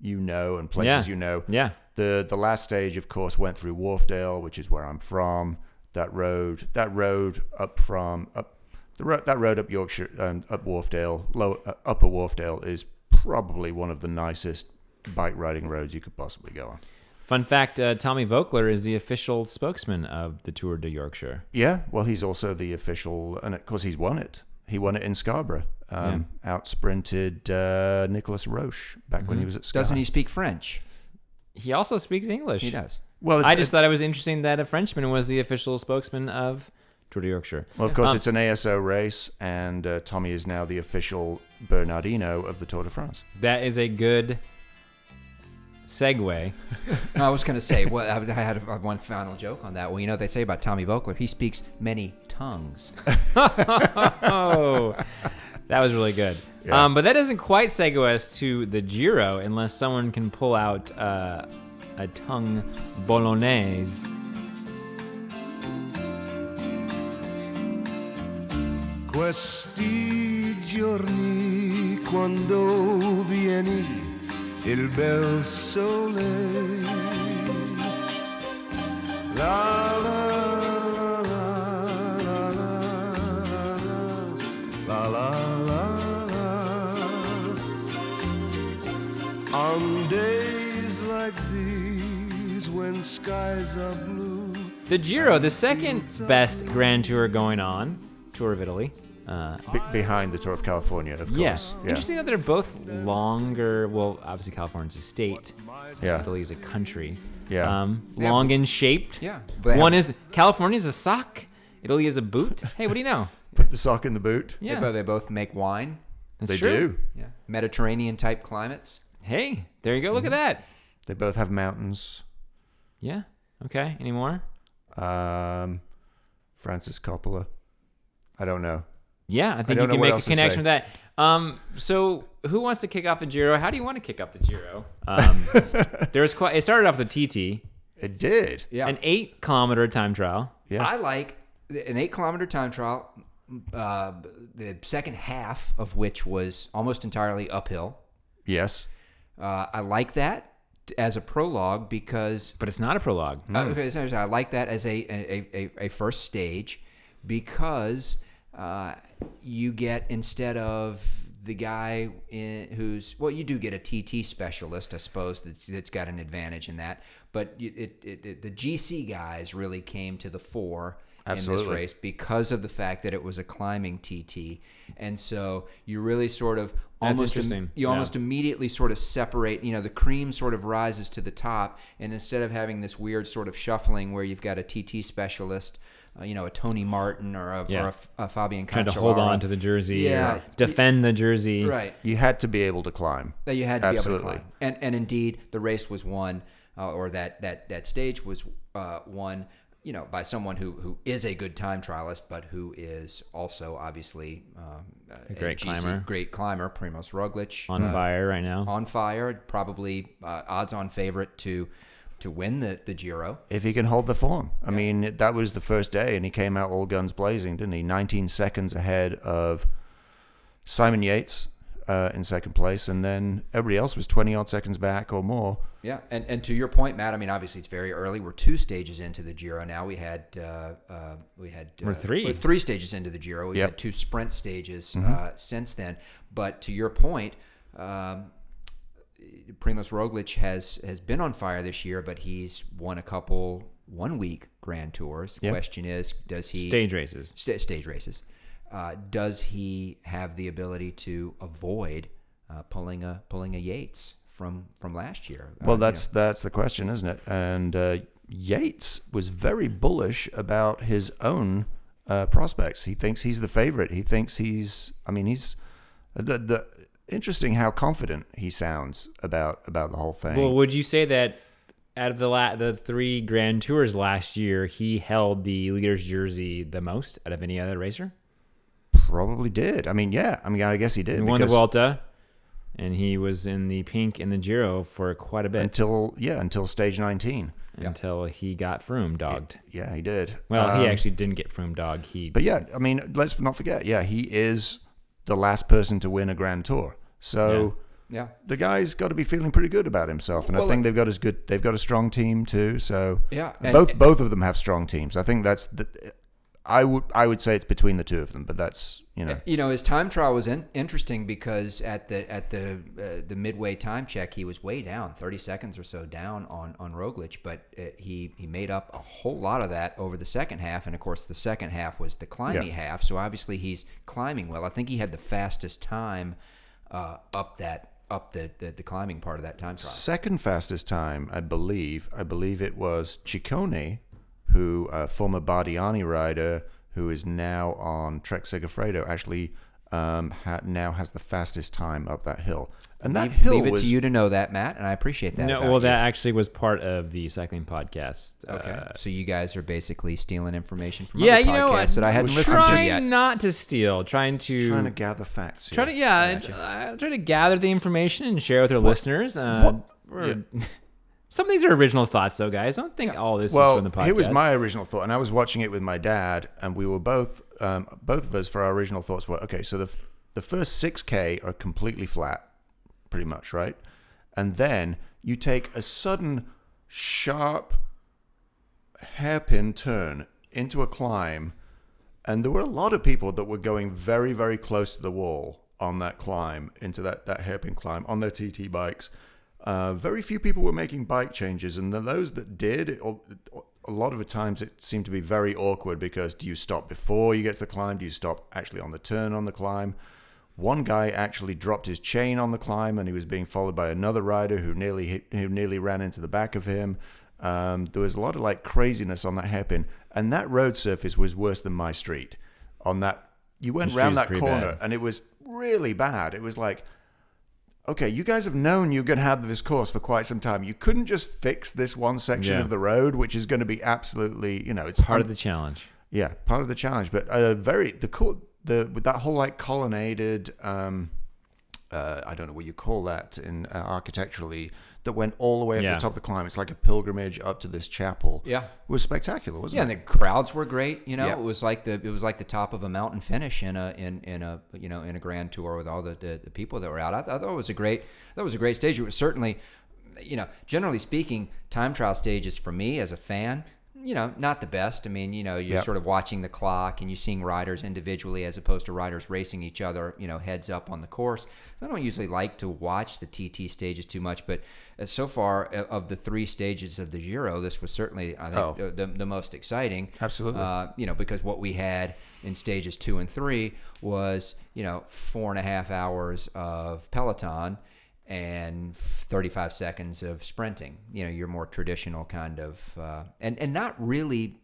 S1: you know and places
S2: Yeah.
S1: you know.
S2: Yeah.
S1: The the last stage, of course, went through Wharfdale, which is where I'm from. That road, that road up from up the ro- that road up Yorkshire, um, up Wharfdale, low, uh, upper Wharfdale is probably one of the nicest bike riding roads you could possibly go on.
S2: Fun fact: uh, Tommy Vogler is the official spokesman of the Tour de Yorkshire.
S1: Yeah, well, he's also the official, and of course, he's won it. He won it in Scarborough. Um, Out sprinted uh, Nicholas Roche back when he was at Sky.
S3: Doesn't he speak French?
S2: He also speaks English.
S3: He [LAUGHS] does.
S1: Well, it's,
S2: I just thought it was interesting that a Frenchman was the official spokesman of Tour de Yorkshire.
S1: Well, of course, it's an ASO race, and uh, Tommy is now the official Bernardino of the Tour de France.
S2: That is a good
S1: [LAUGHS]
S2: segue.
S3: No, I was going to say, well, I I had a- one final joke on that. Well, you know, they say about Tommy Vogler, he speaks many tongues.
S2: Oh, that was really good.
S1: Yeah.
S2: Um, but that doesn't quite segue us to the Giro unless someone can pull out uh, a tongue bolognese.
S5: Questi giorni quando vieni il bel sole. La la la la la la la la la la. On days like these when skies are blue.
S2: The Giro, the second best Grand Tour going on, Tour of Italy. Uh,
S1: Be- behind the Tour of California, of
S2: yeah.
S1: course.
S2: Interesting that they're both longer. Well, obviously, California's a state,
S1: Yeah.
S2: Italy is a country.
S1: Yeah.
S2: Um,
S3: Yeah.
S2: long and shaped.
S3: Yeah. They
S2: One
S3: have-
S2: is California's a sock, Italy is a boot. Hey, what do you
S1: [LAUGHS]
S2: know?
S1: Put the sock in the boot.
S3: They,
S2: Yeah.
S3: bo- they both make wine.
S2: That's
S1: They
S2: true.
S1: do.
S3: Yeah. Mediterranean type climates.
S2: Hey, there you go. Look
S1: Mm-hmm.
S2: at that.
S1: They both have mountains.
S2: Yeah. Okay. Any more?
S1: Um, Francis Coppola. I don't know.
S2: Yeah, I
S1: don't
S2: think you
S1: know
S2: can
S1: what
S2: make a
S1: else to
S2: connection
S1: say.
S2: with that. Um, so who wants to kick off the Giro? How do you want to kick off the Giro?
S1: [LAUGHS]
S2: Um, there was quite. It started off the TT,
S1: It did.
S3: Yeah.
S2: an eight kilometer time trial.
S1: Yeah.
S3: I like the- an eight kilometer time trial, uh, the second half of which was almost entirely uphill.
S1: Yes.
S3: Uh, I like that as a prologue because
S2: But it's not a prologue.
S3: Uh, okay, sorry, sorry. I like that as a a, a, a first stage because uh, you get instead of the guy in, who's well, you do get a TT specialist, I suppose. That's, that's got an advantage in that, but you, it, it, it the GC guys really came to the fore. In
S1: Absolutely.
S3: this race, because of the fact that it was a climbing TT, and so you really sort of almost im-
S2: interesting.
S3: you
S2: Yeah.
S3: almost immediately sort of separate you know the cream sort of rises to the top and instead of having this weird sort of shuffling where you've got a tt specialist uh, you know a tony martin or a,
S2: Yeah.
S3: or a F- a, fabian
S2: Trying to hold
S3: Cancellara,
S2: on to the jersey.
S3: Yeah.
S2: Or defend the jersey.
S3: right
S1: You had to be able to climb.
S3: that you had to be able
S1: Absolutely.
S3: to climb. and and indeed the race was won uh, or that that that stage was uh, won you know by someone who who is a good time trialist but who is also obviously um, a,
S2: great
S3: GC
S2: climber.
S3: great climber Primoz Roglic
S2: On fire right now.
S3: on fire, probably uh, odds on favorite to to win the, the Giro.
S1: if he can hold the form. I mean, it- that was the first day, and he came out all guns blazing, didn't he? 19 seconds ahead of Simon Yates uh, in second place, and then everybody else was 20 odd seconds back or more.
S3: Yeah, and, and to your point, Matt. I mean, obviously it's very early. We're two stages into the Giro now. We had uh, uh, we had uh,
S2: We're three.
S3: we're three stages into the Giro. We have
S1: Yep.
S3: had two sprint stages uh, since then. But to your point, um, Primoz Roglic has has been on fire this year, but he's won a couple one week Grand Tours. The
S1: Yep.
S3: question is, does he
S2: Stage races.
S3: sta- stage races. Uh, does he have the ability to avoid uh, pulling a pulling a Yates from from last year? Uh,
S1: Well,
S3: you
S1: that's that's the question, isn't it? And uh, Yates was very bullish about his own uh, prospects. He thinks he's the favorite. He thinks he's. I mean, he's the the interesting how confident he sounds about about the whole thing.
S2: Well, would you say that out of the la- the three Grand Tours last year, he held the leader's jersey the most out of any other racer?
S1: Probably did. I mean, yeah. I mean, I guess he did.
S2: He won the
S1: because
S2: Vuelta, and he was in the pink in the Giro for quite a bit
S1: until yeah, until stage nineteen.
S2: until he got Froome dogged.
S1: Yeah, he did.
S2: Well, he
S1: Um,
S2: actually didn't get Froome dogged. He
S1: But yeah, I mean, let's not forget. Yeah, he is the last person to win a Grand Tour. So
S3: Yeah.
S1: the guy's got to be feeling pretty good about himself, and I
S3: Well,
S1: think they've got as good. They've got a strong team too. So
S3: Yeah,
S1: and
S3: and-
S1: both both of them have strong teams. I think that's the. I would I would say it's between the two of them, but that's you know
S3: You know, his time trial was in- interesting because at the at the uh, the midway time check, he was way down, thirty seconds or so down on on Roglic, but uh, he he made up a whole lot of that over the second half, and of course the second half was the climbing
S1: Yeah.
S3: half, so obviously he's climbing well. I think he had the fastest time uh, up that up the, the the climbing part of that time trial.
S1: second fastest time, I believe. I believe it was Ciccone, who uh, former Bardiani rider, who is now on Trek Segafredo, actually um, ha- now has the fastest time up that hill. And that
S3: Leave,
S1: hill
S3: leave it
S1: was
S3: to you to know that, Matt, and I appreciate that.
S2: no,
S3: about
S2: well,
S3: you.
S2: that actually was part of the cycling podcast.
S3: Okay,
S2: uh,
S3: so you guys are basically stealing information from
S2: yeah,
S3: other
S2: you know, I,
S3: podcasts that I hadn't listened to
S2: trying
S3: yet.
S2: not to steal, trying to
S1: trying to gather facts.
S2: try to
S1: here.
S2: yeah, and, uh, try to gather the information and share with our listeners. Uh, we're- Some of these are original thoughts, though, guys. Don't think all this is
S1: Well,
S2: from the podcast.
S1: here was my original thought, and I was watching it with my dad, and we were both, um, both of us, for our original thoughts were okay. So the f- the first six k are completely flat, pretty much, right? And then you take a sudden, sharp, hairpin turn into a climb, and there were a lot of people that were going very, very close to the wall on that climb into that that hairpin climb on their TT bikes. Uh, very few people were making bike changes, and then those that did, it- or- a lot of the times it seemed to be very awkward because do you stop before you get to the climb? Do you stop actually on the turn on the climb? One guy actually dropped his chain on the climb, and he was being followed by another rider who nearly hit, who nearly ran into the back of him. Um, there was a lot of like craziness on that hairpin, and that road surface was worse than my street. On that, you went
S2: Your
S1: round
S2: street's
S1: that
S2: pretty
S1: corner,
S2: bad.
S1: and it was really bad. It was like, okay, you guys have known you're going to have this course for quite some time. You couldn't just fix this one section
S2: Yeah.
S1: of the road, which is going to be absolutely, you know, it's
S2: part of the challenge.
S1: yeah, part of the challenge. But uh, very the cool the with that whole like colonnaded. Um, uh, I don't know what you call that in uh, architecturally that went all the way up
S2: Yeah.
S1: the top of the climb. It's like a pilgrimage up to this chapel.
S3: Yeah.
S1: It was spectacular, wasn't
S3: Yeah,
S1: it?
S3: and the crowds were great. You know,
S1: Yeah.
S3: it was like the it was like the top of a mountain finish in a in, in a you know in a grand tour with all the, the, the people that were out. I, I thought it was a great that was a great stage. It was certainly, you know, generally speaking, time trial stages for me as a fan. You know, not the best. I mean, you know, you're
S1: Yep.
S3: sort of watching the clock and you're seeing riders individually as opposed to riders racing each other, you know, heads up on the course. So I don't usually like to watch the TT stages too much, but uh, so far uh, of the three stages of the Giro, this was certainly, I think,
S1: Oh.
S3: uh, the, the most exciting.
S1: Absolutely.
S3: Uh, you know, because what we had in stages two and three was, you know, four and a half hours of Peloton and 35 seconds of sprinting. You know, your more traditional kind of, uh, and, and not really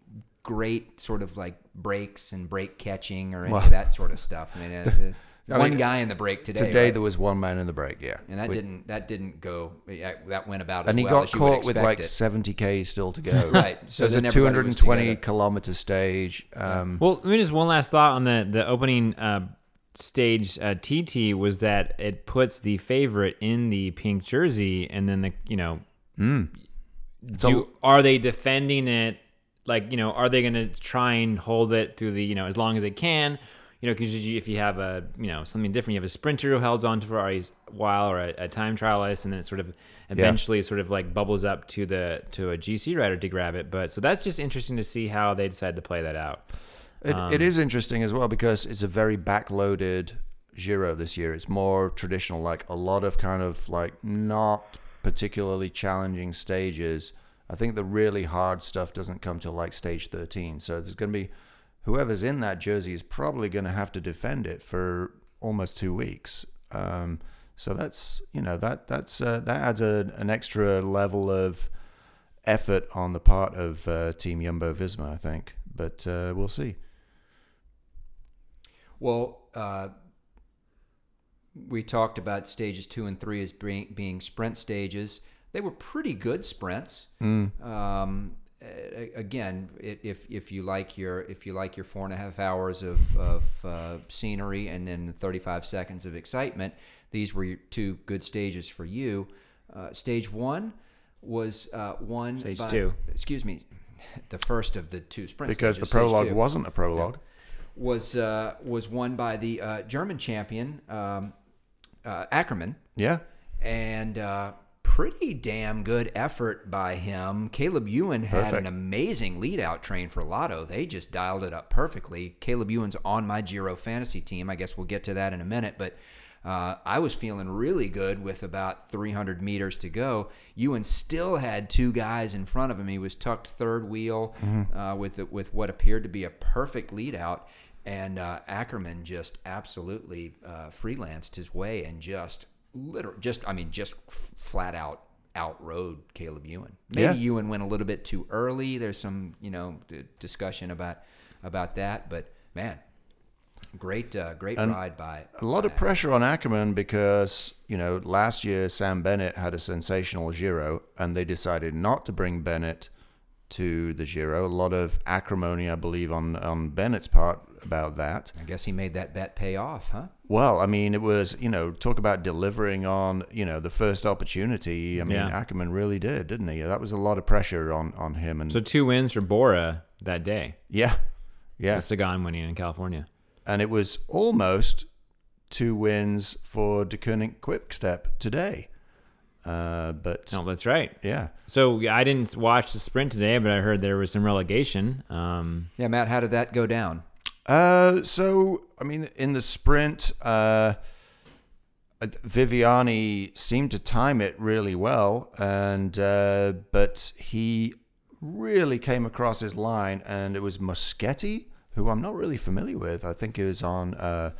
S3: great sort of like breaks and break catching or any
S1: Well,
S3: of that sort of stuff.
S1: [LAUGHS]
S3: I mean, uh, the-
S1: I
S3: one
S1: mean,
S3: guy in the break today.
S1: Today
S3: right?
S1: there was one man in the break. Yeah,
S3: and that
S1: We-
S3: didn't that didn't go yeah, that went about as
S1: And he
S3: well
S1: got
S3: as you would
S1: caught with like
S3: expect it.
S1: 70k still to go.
S3: [LAUGHS] Right, so
S1: So there's a
S3: then everybody was together.
S1: 220 kilometer stage. Um,
S2: Well, let me just one last thought on the the opening uh, stage uh, TT was that it puts the favorite in the pink jersey, and then the you know
S1: a-
S2: do are they defending it? Like you know, are they going to try and hold it through the you know as long as they can? You know, because if you have a you know something different, you have a sprinter who holds on to Ferraris while or a, a time trialist, and then it sort of eventually sort of like bubbles up to the to a GC rider to grab it. But so that's just interesting to see how they decide to play that out.
S1: It, it is interesting as well because it's a very backloaded Giro this year. It's more traditional, like a lot of kind of like not particularly challenging stages. I think the really hard stuff doesn't come till like stage 13. So there's going to be whoever's in that jersey is probably going to have to defend it for almost two weeks. Um, so that's you know that that's uh, that adds a, an extra level of effort on the part of uh, Team Jumbo Visma, I think. But uh, we'll see.
S3: Well, uh, we talked about stages two and three as being, being sprint stages. They were pretty good sprints.
S2: Mm.
S3: Um, a- again, i- if if you like your if you like your four and a half hours of of uh, scenery and then thirty five seconds of excitement, these were your two good stages for you. Uh, stage one was uh, one
S2: Stage
S3: by-
S2: two.
S3: Excuse me, [LAUGHS] the first of the two sprints
S1: because the prologue wasn't a prologue.
S3: was uh, was won by the uh, German champion um, uh, Ackermann,
S1: Yeah.
S3: and uh, pretty damn good effort by him. Caleb Ewan had
S1: Perfect.
S3: an amazing lead out train for Lotto. They just dialed it up perfectly. Caleb Ewan's on my Giro fantasy team. I guess we'll get to that in a minute, but. Uh, I was feeling really good with about 300 meters to go. Ewan still had two guys in front of him. He was tucked third wheel uh, with with what appeared to be a perfect lead out, and uh, Ackerman just absolutely uh, freelanced his way and just literal, just I mean, just f- flat out outrode Caleb Ewan. Maybe
S1: Yeah.
S3: Ewan went a little bit too early. There's some you know d- discussion about about that, but man, great uh, great ride by
S1: A lot of pressure on Ackerman because, you know, last year Sam Bennett had a sensational Giro and they decided not to bring Bennett to the Giro. A lot of acrimony, I believe, on, on Bennett's part about that.
S3: I guess he made that bet pay off, huh?
S1: Well, I mean, it was, you know, talk about delivering on, you know, the first opportunity. I mean,
S2: Yeah.
S1: Ackerman really did, didn't he? That was a lot of pressure on, on him. And
S2: So two wins for Bora that day.
S1: yeah, yeah.
S2: With Sagan winning in California.
S1: and it was almost two wins for De Koenig Quickstep today. Uh, but
S2: No, that's right.
S1: yeah,
S2: So yeah, I didn't watch the sprint today, but I heard there was some relegation. Um,
S3: Yeah, Matt, how did that go down?
S1: uh, so I mean, in the sprint, uh, Viviani seemed to time it really well, and uh, but he really came across his line, and it was Moschetti, who I'm not really familiar with. I think he was on uh,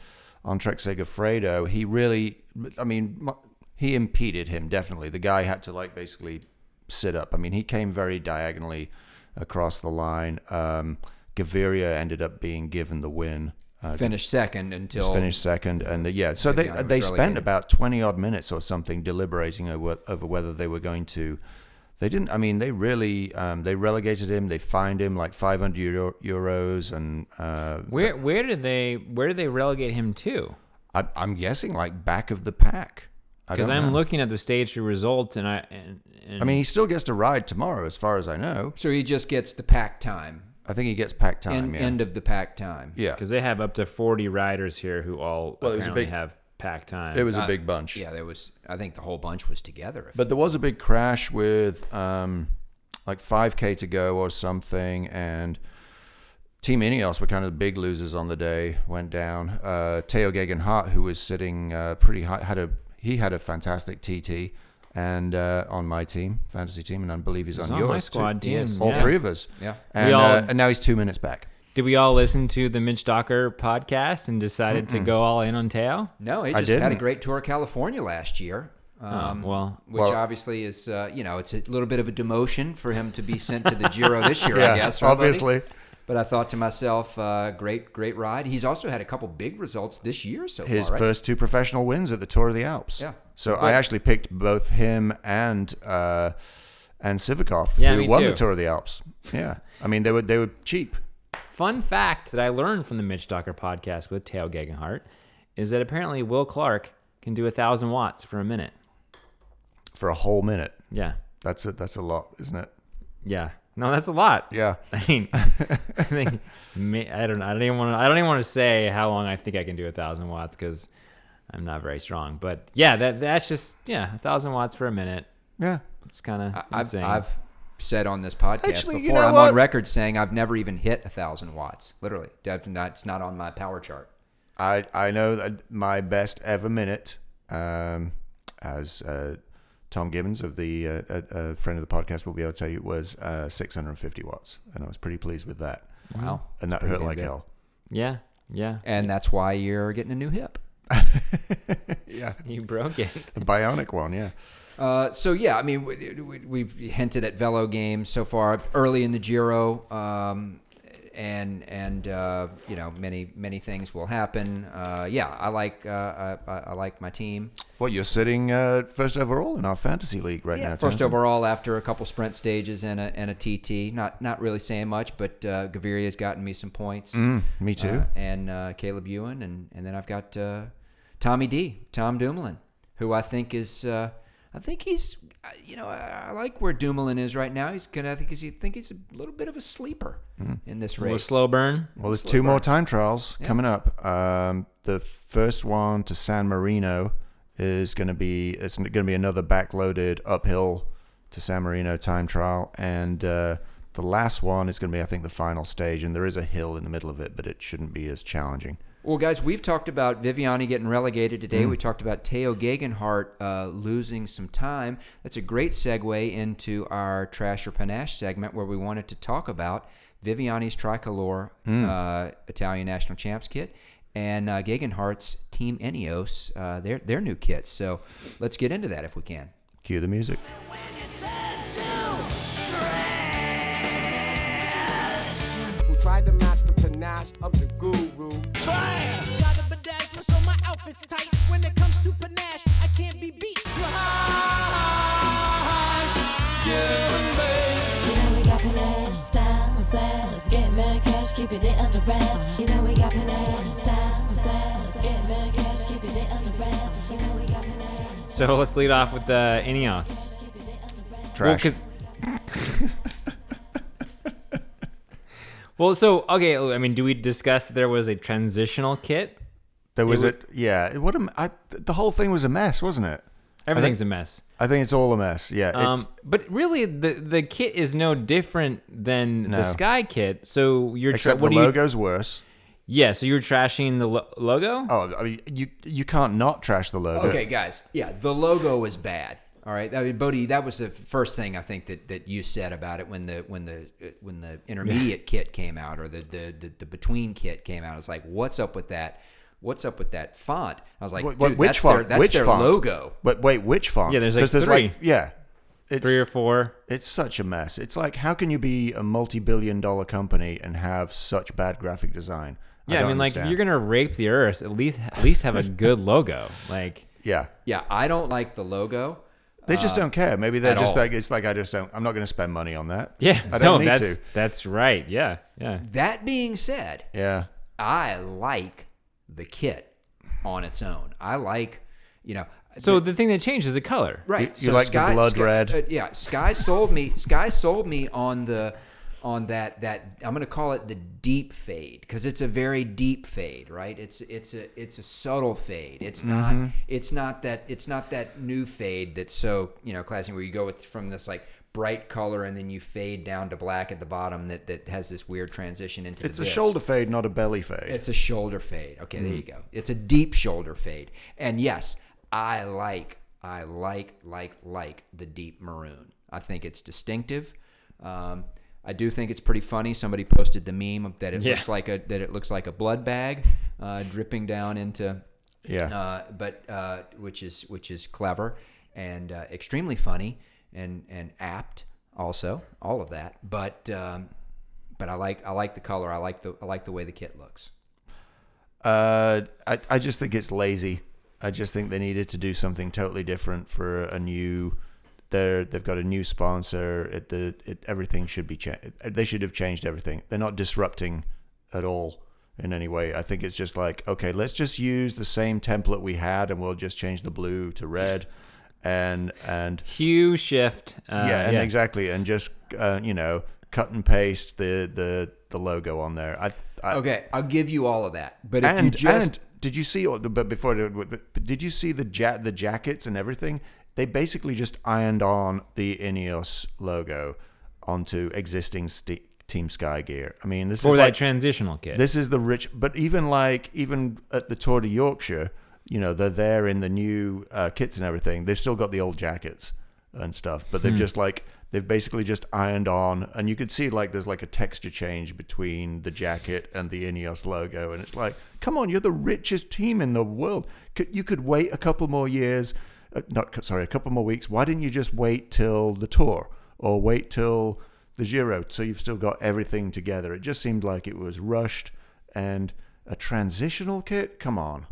S1: on Trek Segafredo. He really, I mean, Mo- he impeded him definitely. The guy had to like basically sit up. I mean, he came very diagonally across the line. Um, Gaviria ended up being given the win. Uh,
S3: Finished second until
S1: just finished second, and uh, yeah, so they
S3: guy was
S1: they spent
S3: relegated.
S1: about twenty odd minutes or something deliberating over, over whether they were going to. They didn't. I mean, they really um, they relegated him. They fined him like five hundred euro, euros, and uh,
S2: where where did they where did they relegate him to?
S1: I, I'm guessing like back of the pack. I
S2: Because
S1: don't
S2: I'm
S1: know.
S2: looking at the stage three result, and I and, and
S1: I mean, he still gets to ride tomorrow, as far as I know.
S3: So he just gets the pack time,
S1: I think he gets pack time.
S3: end,
S1: yeah.
S3: end of the pack time.
S1: yeah.
S2: because they have up to 40 riders here who all
S1: Well, it was a
S2: apparently
S1: big-
S2: have pack time.
S1: It was a big bunch.
S3: Yeah, there was. I think the whole bunch was together. If
S1: But there was a big crash with um, like 5K to go or something, and Team Ineos were kind of the big losers on the day. Went down. Uh, Teo Gegenhart, who was sitting uh, pretty high, had a he had a fantastic TT, and uh, on my team, fantasy team, and I believe he's,
S2: It's
S1: on
S2: on
S1: yours
S2: my
S1: too.
S2: squad team.
S3: Yes.
S1: All
S2: yeah.
S1: three of us.
S3: Yeah.
S1: And,
S2: We all-
S1: uh, and now he's two minutes back.
S2: Did we all listen to the Mitch Docker podcast and decided to go all in on Tao?
S3: No, he
S1: I
S3: just had a
S1: didn't.
S3: great tour of California last year. Um,
S2: Oh, well.
S3: which
S1: Well-
S3: obviously is, uh, you know, it's a little bit of a demotion for him to be sent to the Giro this
S1: [LAUGHS]
S3: year,
S1: Yeah,
S3: I guess. right, buddy?
S1: obviously.
S3: But I thought to myself, uh, great, great ride. He's also had a couple big results this year so
S1: His
S3: far. right?
S1: first two professional wins at the Tour of the Alps.
S3: Yeah.
S1: So I actually picked both him and uh, and Sivakov,
S2: Yeah,
S1: who
S2: me
S1: won the
S2: too.
S1: Tour of the Alps. Yeah. I mean, they were they were cheap.
S2: Fun fact that I learned from the Mitch Docker podcast with Tao Gegenhart is that apparently Will Clark can do a thousand watts for a minute.
S1: for a whole minute.
S2: Yeah.
S1: That's a that's a lot, isn't it?
S2: Yeah. No, that's a lot.
S1: Yeah.
S2: [LAUGHS] I mean, I think ma- I don't. know. I don't even want to. I don't even want to say how long I think I can do a thousand watts because I'm not very strong. But yeah, that that's just yeah, a thousand watts for a minute.
S1: Yeah.
S2: It's kind of
S3: I've,
S2: insane.
S3: I've said on this podcast
S1: Actually, you
S3: before,
S1: know
S3: I'm
S1: what?
S3: on record saying I've never even hit a thousand watts. Literally, That's not- it's not on my power chart.
S1: I I know that my best ever minute, um, as uh, Tom Gibbons of the uh, uh, uh, friend of the podcast will be able to tell you, was uh, 650 watts, and I was pretty pleased with that.
S3: Wow,
S1: And that
S3: Pretty
S1: hurt
S3: damn
S1: like
S3: good.
S1: hell.
S2: yeah, yeah.
S3: And that's why you're getting a new hip.
S1: Yeah,
S2: You broke it.
S1: a bionic one. Yeah.
S3: Uh, so yeah, I mean, we, we, we've hinted at Velo games so far early in the Giro, um, and and uh, you know many many things will happen. Uh, yeah, I like uh, I, I- I like my team.
S1: Well, you're sitting uh, first overall in our fantasy league right now.
S3: first
S1: Townsend.
S3: overall after a couple sprint stages and a and a TT. Not not really saying much, but uh, Gaviria has gotten me some points.
S1: Mm, me too.
S3: Uh, and uh, Caleb Ewan, and and then I've got uh, Tommy D, Tom Dumoulin, who I think is, uh, I think he's, uh, you know, I, I like where Dumoulin is right now. He's gonna, I think he's, I think he's a little bit of a sleeper
S1: Mm.
S3: in this
S2: [LAUGHS] A little
S3: race.
S2: slow burn.
S1: Well, there's two more time trials coming up. Um, the first one to San Marino is going to be it's going to be another backloaded uphill to San Marino time trial, and uh, the last one is going to be I think the final stage, and there is a hill in the middle of it, but it shouldn't be as challenging.
S3: Well, guys, we've talked about Viviani getting relegated today. We talked about Teo Gegenhart uh, losing some time. That's a great segue into our Trash or Panache segment where we wanted to talk about Viviani's tricolor uh, Italian national champs kit and uh, Gegenhart's Team Enios, uh, their, their new kit. So let's get into that if we can.
S1: Cue the music.
S6: who tried to match the panache of the guru.
S7: Got a bedazzler, so my outfit's tight. When it comes to panache, I can't be beat. [LAUGHS]
S8: You know we got finesse, style, and style. Let's get mad cash, keep it in under wraps. You know we got finesse, style, and style. Let's get mad cash, keep it in under wraps. You know we got finesse.
S2: So let's lead off with the Ineos.
S8: Keep it in under wraps.
S1: Trash.
S2: Well, 'cause- [LAUGHS] Well, so okay. I mean, do we discuss that there was a transitional kit?
S1: there was a yeah. What a m I the whole thing was a mess, wasn't it?
S2: Everything's a mess.
S1: I think it's all a mess. Yeah. It's,
S2: Um, but really, the the kit is no different than
S1: No.
S2: the Sky kit. So you're tra-
S1: except
S2: what
S1: the
S2: do you-
S1: logo's worse.
S2: Yeah, so you're trashing the lo- logo.
S1: Oh, I mean, you you can't not trash the logo.
S3: Okay, guys. Yeah, the logo is bad. All right, I mean, Bodie, that was the first thing I think that, that you said about it when the when the uh, when the intermediate kit came out or the the, the the between kit came out. I was like, what's up with that? What's up with that font? I was like,
S1: Wh- wh-
S3: dude,
S1: which
S3: that's
S1: font?
S3: their, that's
S1: which
S3: their
S1: font?
S3: logo.
S1: But wait, which font?
S2: Yeah, there's,
S1: 'Cause
S2: like,
S1: like-
S2: three.
S1: yeah, it's
S2: Three or four.
S1: it's such a mess. It's like how can you be a multi-billion-dollar company and have such bad graphic design?
S2: Yeah, I, mean, like if you're gonna rape the earth, at least at
S1: [LAUGHS]
S2: least have a good logo. Like
S1: yeah.
S3: Yeah, I don't like the logo.
S1: They just don't care. Maybe they're
S3: Uh, at
S1: just
S3: all.
S1: like it's like I just don't. I'm not going to spend money on that.
S2: yeah,
S1: I don't
S2: no,
S1: need
S2: that's
S1: to.
S2: that's right. Yeah, yeah.
S3: That being said,
S1: Yeah,
S3: I like the kit on its own. I like, you know.
S2: So the thing that changed is the color.
S3: Right.
S1: You- you like the blood red.
S3: uh, yeah. Sky sold me. Sky sold me on the on that that I'm going to call it the deep fade because it's a very deep fade, right? It's it's a it's a subtle fade. It's
S1: Mm-hmm.
S3: not it's not that it's not that new fade that's so you know classic where you go with from this like bright color and then you fade down to black at the bottom that that has this weird transition into
S1: it's a
S3: the bits.
S1: shoulder fade, not a belly fade.
S3: It's a shoulder fade. Okay, there you go. It's a deep shoulder fade. And yes, I like, I like, like, like the deep maroon. I think it's distinctive. Um, I do think it's pretty funny. Somebody posted the meme that it
S2: Yeah.
S3: looks like a that it looks like a blood bag uh, dripping down into
S1: yeah,
S3: uh, but uh, which is which is clever and uh, extremely funny and and apt also all of that but um, but I like I like the color I like the I like the way the kit looks
S1: Uh, I, I just think it's lazy. I just think they needed to do something totally different for a new. They're they've got a new sponsor. It, the it, everything should be changed. They should have changed everything. They're not disrupting at all in any way. I think it's just like okay, let's just use the same template we had, and we'll just change the blue to red, and and
S2: Hue shift. Uh,
S1: yeah, and exactly, and just uh, you know, cut and paste the the the logo on there. I, th- I
S3: Okay, I'll give you all of that. But if
S1: and
S3: you just
S1: and did you see? or- But before, but did you see the ja- the jackets and everything? They basically just ironed on the Ineos logo onto existing st- Team Sky gear. I mean, this
S2: for
S1: is
S2: that
S1: like,
S2: transitional kit.
S1: this is the rich, but even like even at the Tour de Yorkshire, you know, they're there in the new uh, kits and everything. They've still got the old jackets and stuff, but they've just like they've basically just ironed on, and you could see like there's like a texture change between the jacket and the Ineos logo, and it's like, come on, you're the richest team in the world. Could, you could wait a couple more years, uh, not co- sorry, a couple more weeks. Why didn't you just wait till the tour or wait till the Giro, so you've still got everything together. It just seemed like it was rushed and a transitional kit. Come on,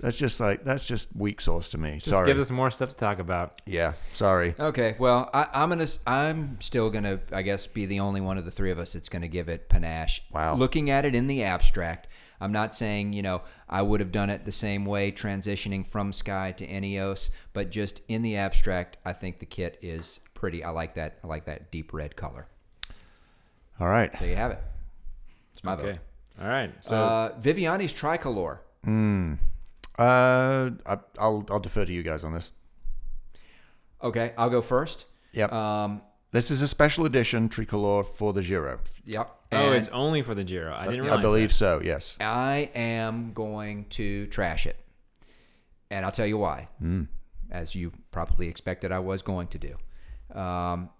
S1: that's just like that's just weak sauce to me.
S2: Just
S1: sorry,
S2: give us more stuff to talk about.
S1: yeah, sorry.
S3: Okay, well, I, I'm gonna, s- I'm still gonna, I guess, be the only one of the three of us that's gonna give it panache.
S1: Wow.
S3: Looking at it in the abstract, I'm not saying you know I would have done it the same way, transitioning from Sky to Ineos, but just in the abstract, I think the kit is pretty. I like that. I like that deep red color.
S1: All right,
S3: So you have it. It's
S1: Oh.
S3: my
S2: Okay.
S3: vote.
S2: All right. So
S3: uh, Viviani's tricolor.
S1: uh, I, I'll I'll defer to you guys on this.
S3: Okay, I'll go first.
S1: Yep,
S2: Uh,
S3: Um,
S1: this is a special edition tricolor for the Giro.
S3: yep.
S2: oh,
S3: and
S2: it's only for the Giro. I didn't realize.
S1: I believe so. Yes.
S3: I am going to trash it. And I'll tell you why. As you probably expected, I was going to do. Um,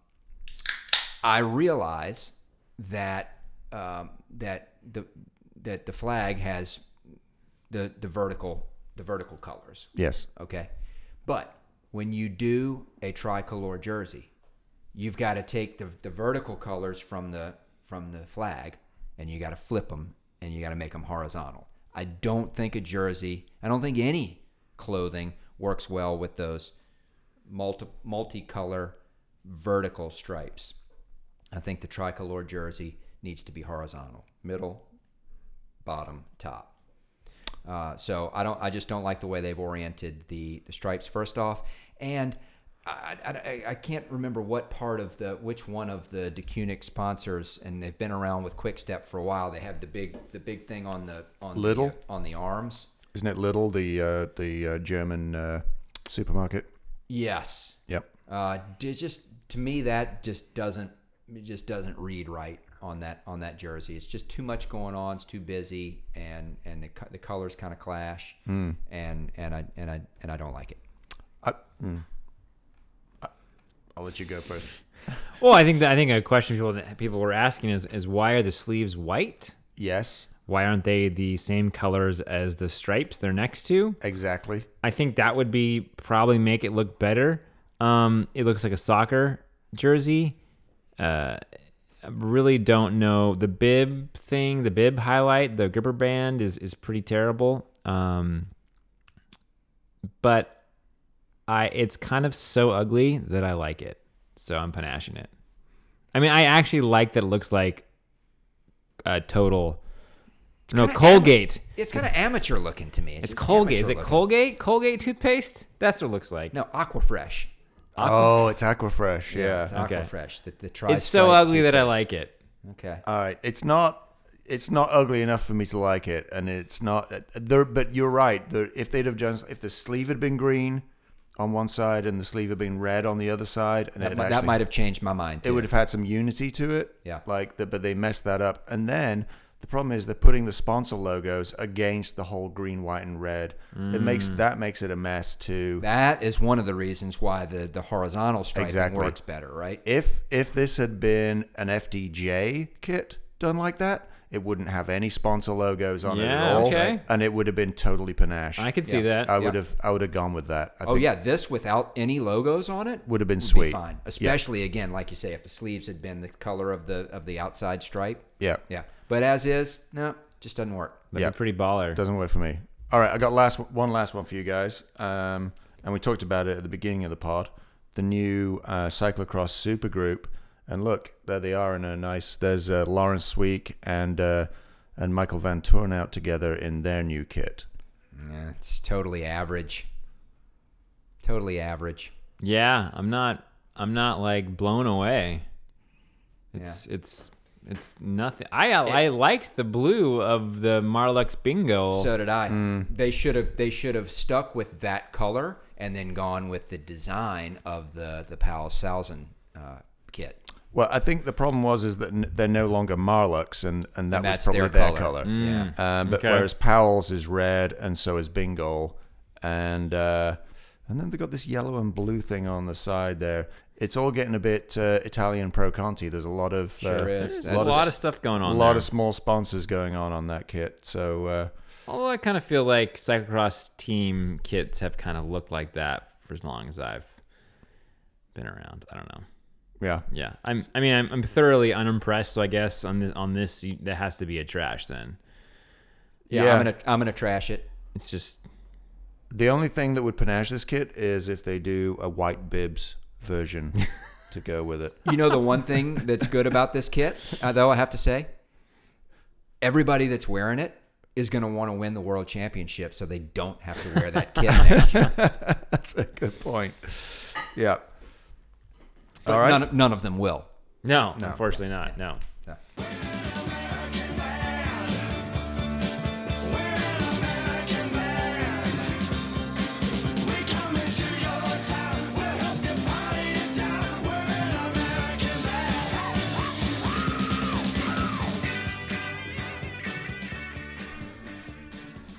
S3: I realize that um, that the that the flag has the the vertical the vertical colors.
S1: Yes.
S3: Okay. But when you do a tricolor jersey, you've got to take the, the vertical colors from the from the flag and you got to flip them and you got to make them horizontal. I don't think a jersey, I don't think any clothing works well with those multi multicolor vertical stripes. I think the tricolor jersey needs to be horizontal, middle, bottom, top. Uh, so I don't. I just don't like the way they've oriented the the stripes. First off, and I, I- I, I can't remember what part of the which one of the DeCunic sponsors, and they've been around with Quickstep for a while. They have the big the big thing on the on
S1: Little?
S3: the, on the arms.
S1: Isn't it Little the uh, the uh, German uh, supermarket?
S3: Yes,
S1: Yep.
S3: Uh, di- just to me, that just doesn't it just doesn't read right on that on that jersey. It's just too much going on. It's too busy, and and the co- the colors kind of clash,
S2: Hmm.
S3: and and I and I and I don't like it.
S1: I, mm. I- I'll let you go first.
S2: Well, I think that I think a question people that people were asking is is why are the sleeves white?
S1: Yes.
S2: Why aren't they the same colors as the stripes they're next to?
S1: Exactly.
S2: I think that would be probably make it look better. Um, it looks like a soccer jersey. Uh, I really don't know the bib thing, the bib highlight, the gripper band is is pretty terrible. Um, but I it's kind of so ugly that I like it, so I'm panashing it. I mean, I actually like that it looks like a total. No,
S3: kinda
S2: Colgate.
S3: It's kind of amateur looking to me.
S2: It's
S3: just
S2: Colgate. Is
S3: amateur
S2: it
S3: looking.
S2: Colgate? Colgate toothpaste? That's what it looks like.
S3: No, Aquafresh.
S1: Oh, it's Aquafresh. Yeah.
S3: it's
S2: Uh, Okay.
S3: Aquafresh. The, the
S2: it's so
S3: tri-stripe
S2: ugly that I
S3: toothpaste.
S2: like it.
S3: Okay.
S1: All right. It's not. It's not ugly enough for me to like it, and it's not there. But you're right. There, if they'd have done, if the sleeve had been green on one side and the sleeve had been red on the other side, and
S3: That,
S1: it
S3: mi- that
S1: actually-
S3: might have changed my mind. Too.
S1: it would have had some unity to it.
S3: Yeah.
S1: Like, the, but they messed that up. And then the problem is they're putting the sponsor logos against the whole green, white, and red. It makes
S3: Mm.
S1: that makes it a mess too.
S3: That is one of the reasons why the the horizontal striping
S1: Exactly.
S3: works better, right?
S1: if if this had been an FDJ kit done like that, it wouldn't have any sponsor logos on it at
S2: Yeah,
S1: all,
S2: okay.
S1: and it would have been totally panache.
S2: I could see
S3: Yeah.
S2: that.
S1: I would
S3: yeah.
S1: have I would have gone with that. I
S3: Oh
S1: think
S3: yeah, this without any logos on it
S1: would have been
S3: would
S1: sweet.
S3: be fine. Especially again, like you say, if the sleeves had been the color of the of the outside stripe.
S1: Yeah,
S3: Yeah, but as is, no, just doesn't work.
S2: That'd
S1: yeah.
S2: be pretty baller.
S1: doesn't work for me. All right, I got last one last one for you guys, um, and we talked about it at the beginning of the pod. The new uh, cyclocross supergroup, and look, there they are in a nice. There's uh, Lawrence Week and uh, and Michael Van Toren out together in their new kit.
S3: Yeah, it's totally average. Totally average.
S2: Yeah, I'm not. I'm not like blown away. It's it's it's nothing. I I liked the blue of the Marlux Bingo.
S3: So did I.
S1: hmm.
S3: They should have they should have stuck with that color and then gone with the design of the the Powell Salzen uh, kit.
S1: Well, I think the problem was is that n- they're no longer Marlocks, and, and that
S3: And
S1: was
S3: that's
S1: probably
S3: their
S1: their, color.
S3: colour. Mm.
S1: Um, but
S2: Okay.
S1: whereas Powell's is red, and so is Bingle, and uh, and then they got this yellow and blue thing on the side there. It's all getting a bit uh, Italian pro Conti. There's a lot of uh,
S3: Sure is.
S1: a
S2: There's
S1: lot,
S2: a lot of
S1: of,
S2: stuff going
S1: a
S2: on.
S1: lot
S2: there.
S1: of small sponsors going on on that kit. So uh,
S2: Although I kind of feel like cyclocross team kits have kind of looked like that for as long as I've been around. I don't know.
S1: yeah,
S2: Yeah, I'm. I mean, I'm, I'm thoroughly unimpressed. So I guess on this, on this, you, that has to be a trash. Then
S3: Yeah,
S1: Yeah.
S3: I'm gonna I'm gonna trash it.
S2: it's just
S1: The only thing that would panache this kit is if they do a white bibs
S3: [LAUGHS]
S1: version to go with it.
S3: You know the one thing that's good about this kit, uh, though I have to say, everybody that's wearing it is gonna want to win the world championship, so they don't have to wear that kit next year.
S1: That's a good point. Yeah. [LAUGHS]
S3: But
S1: All right.
S3: none, of- none of them will.
S2: no, unfortunately not. No.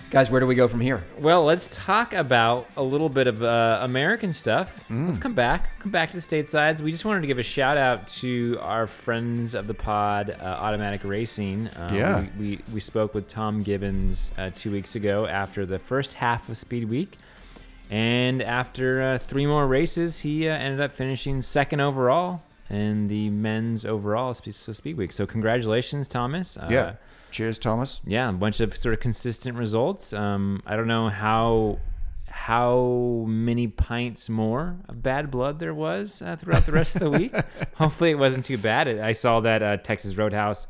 S3: Guys, where do we go from here?
S2: Well, let's talk about a little bit of uh, American stuff.
S1: Mm.
S2: Let's come back, come back to the statesides. We just wanted to give a shout out to our friends of the pod, uh, Automatic Racing. Uh,
S1: Yeah.
S2: we, we we spoke with Tom Gibbons uh, two weeks ago after the first half of Speed Week, and after uh, three more races, he uh, ended up finishing second overall in the men's overall Spe- so Speed Week. So congratulations, Thomas. Uh,
S1: Yeah. Cheers, Thomas.
S2: yeah, a bunch of sort of consistent results. Um, I don't know how how many pints more of bad blood there was uh, throughout the rest of the
S3: [LAUGHS]
S2: week. Hopefully, it wasn't too bad. I saw that uh, Texas Roadhouse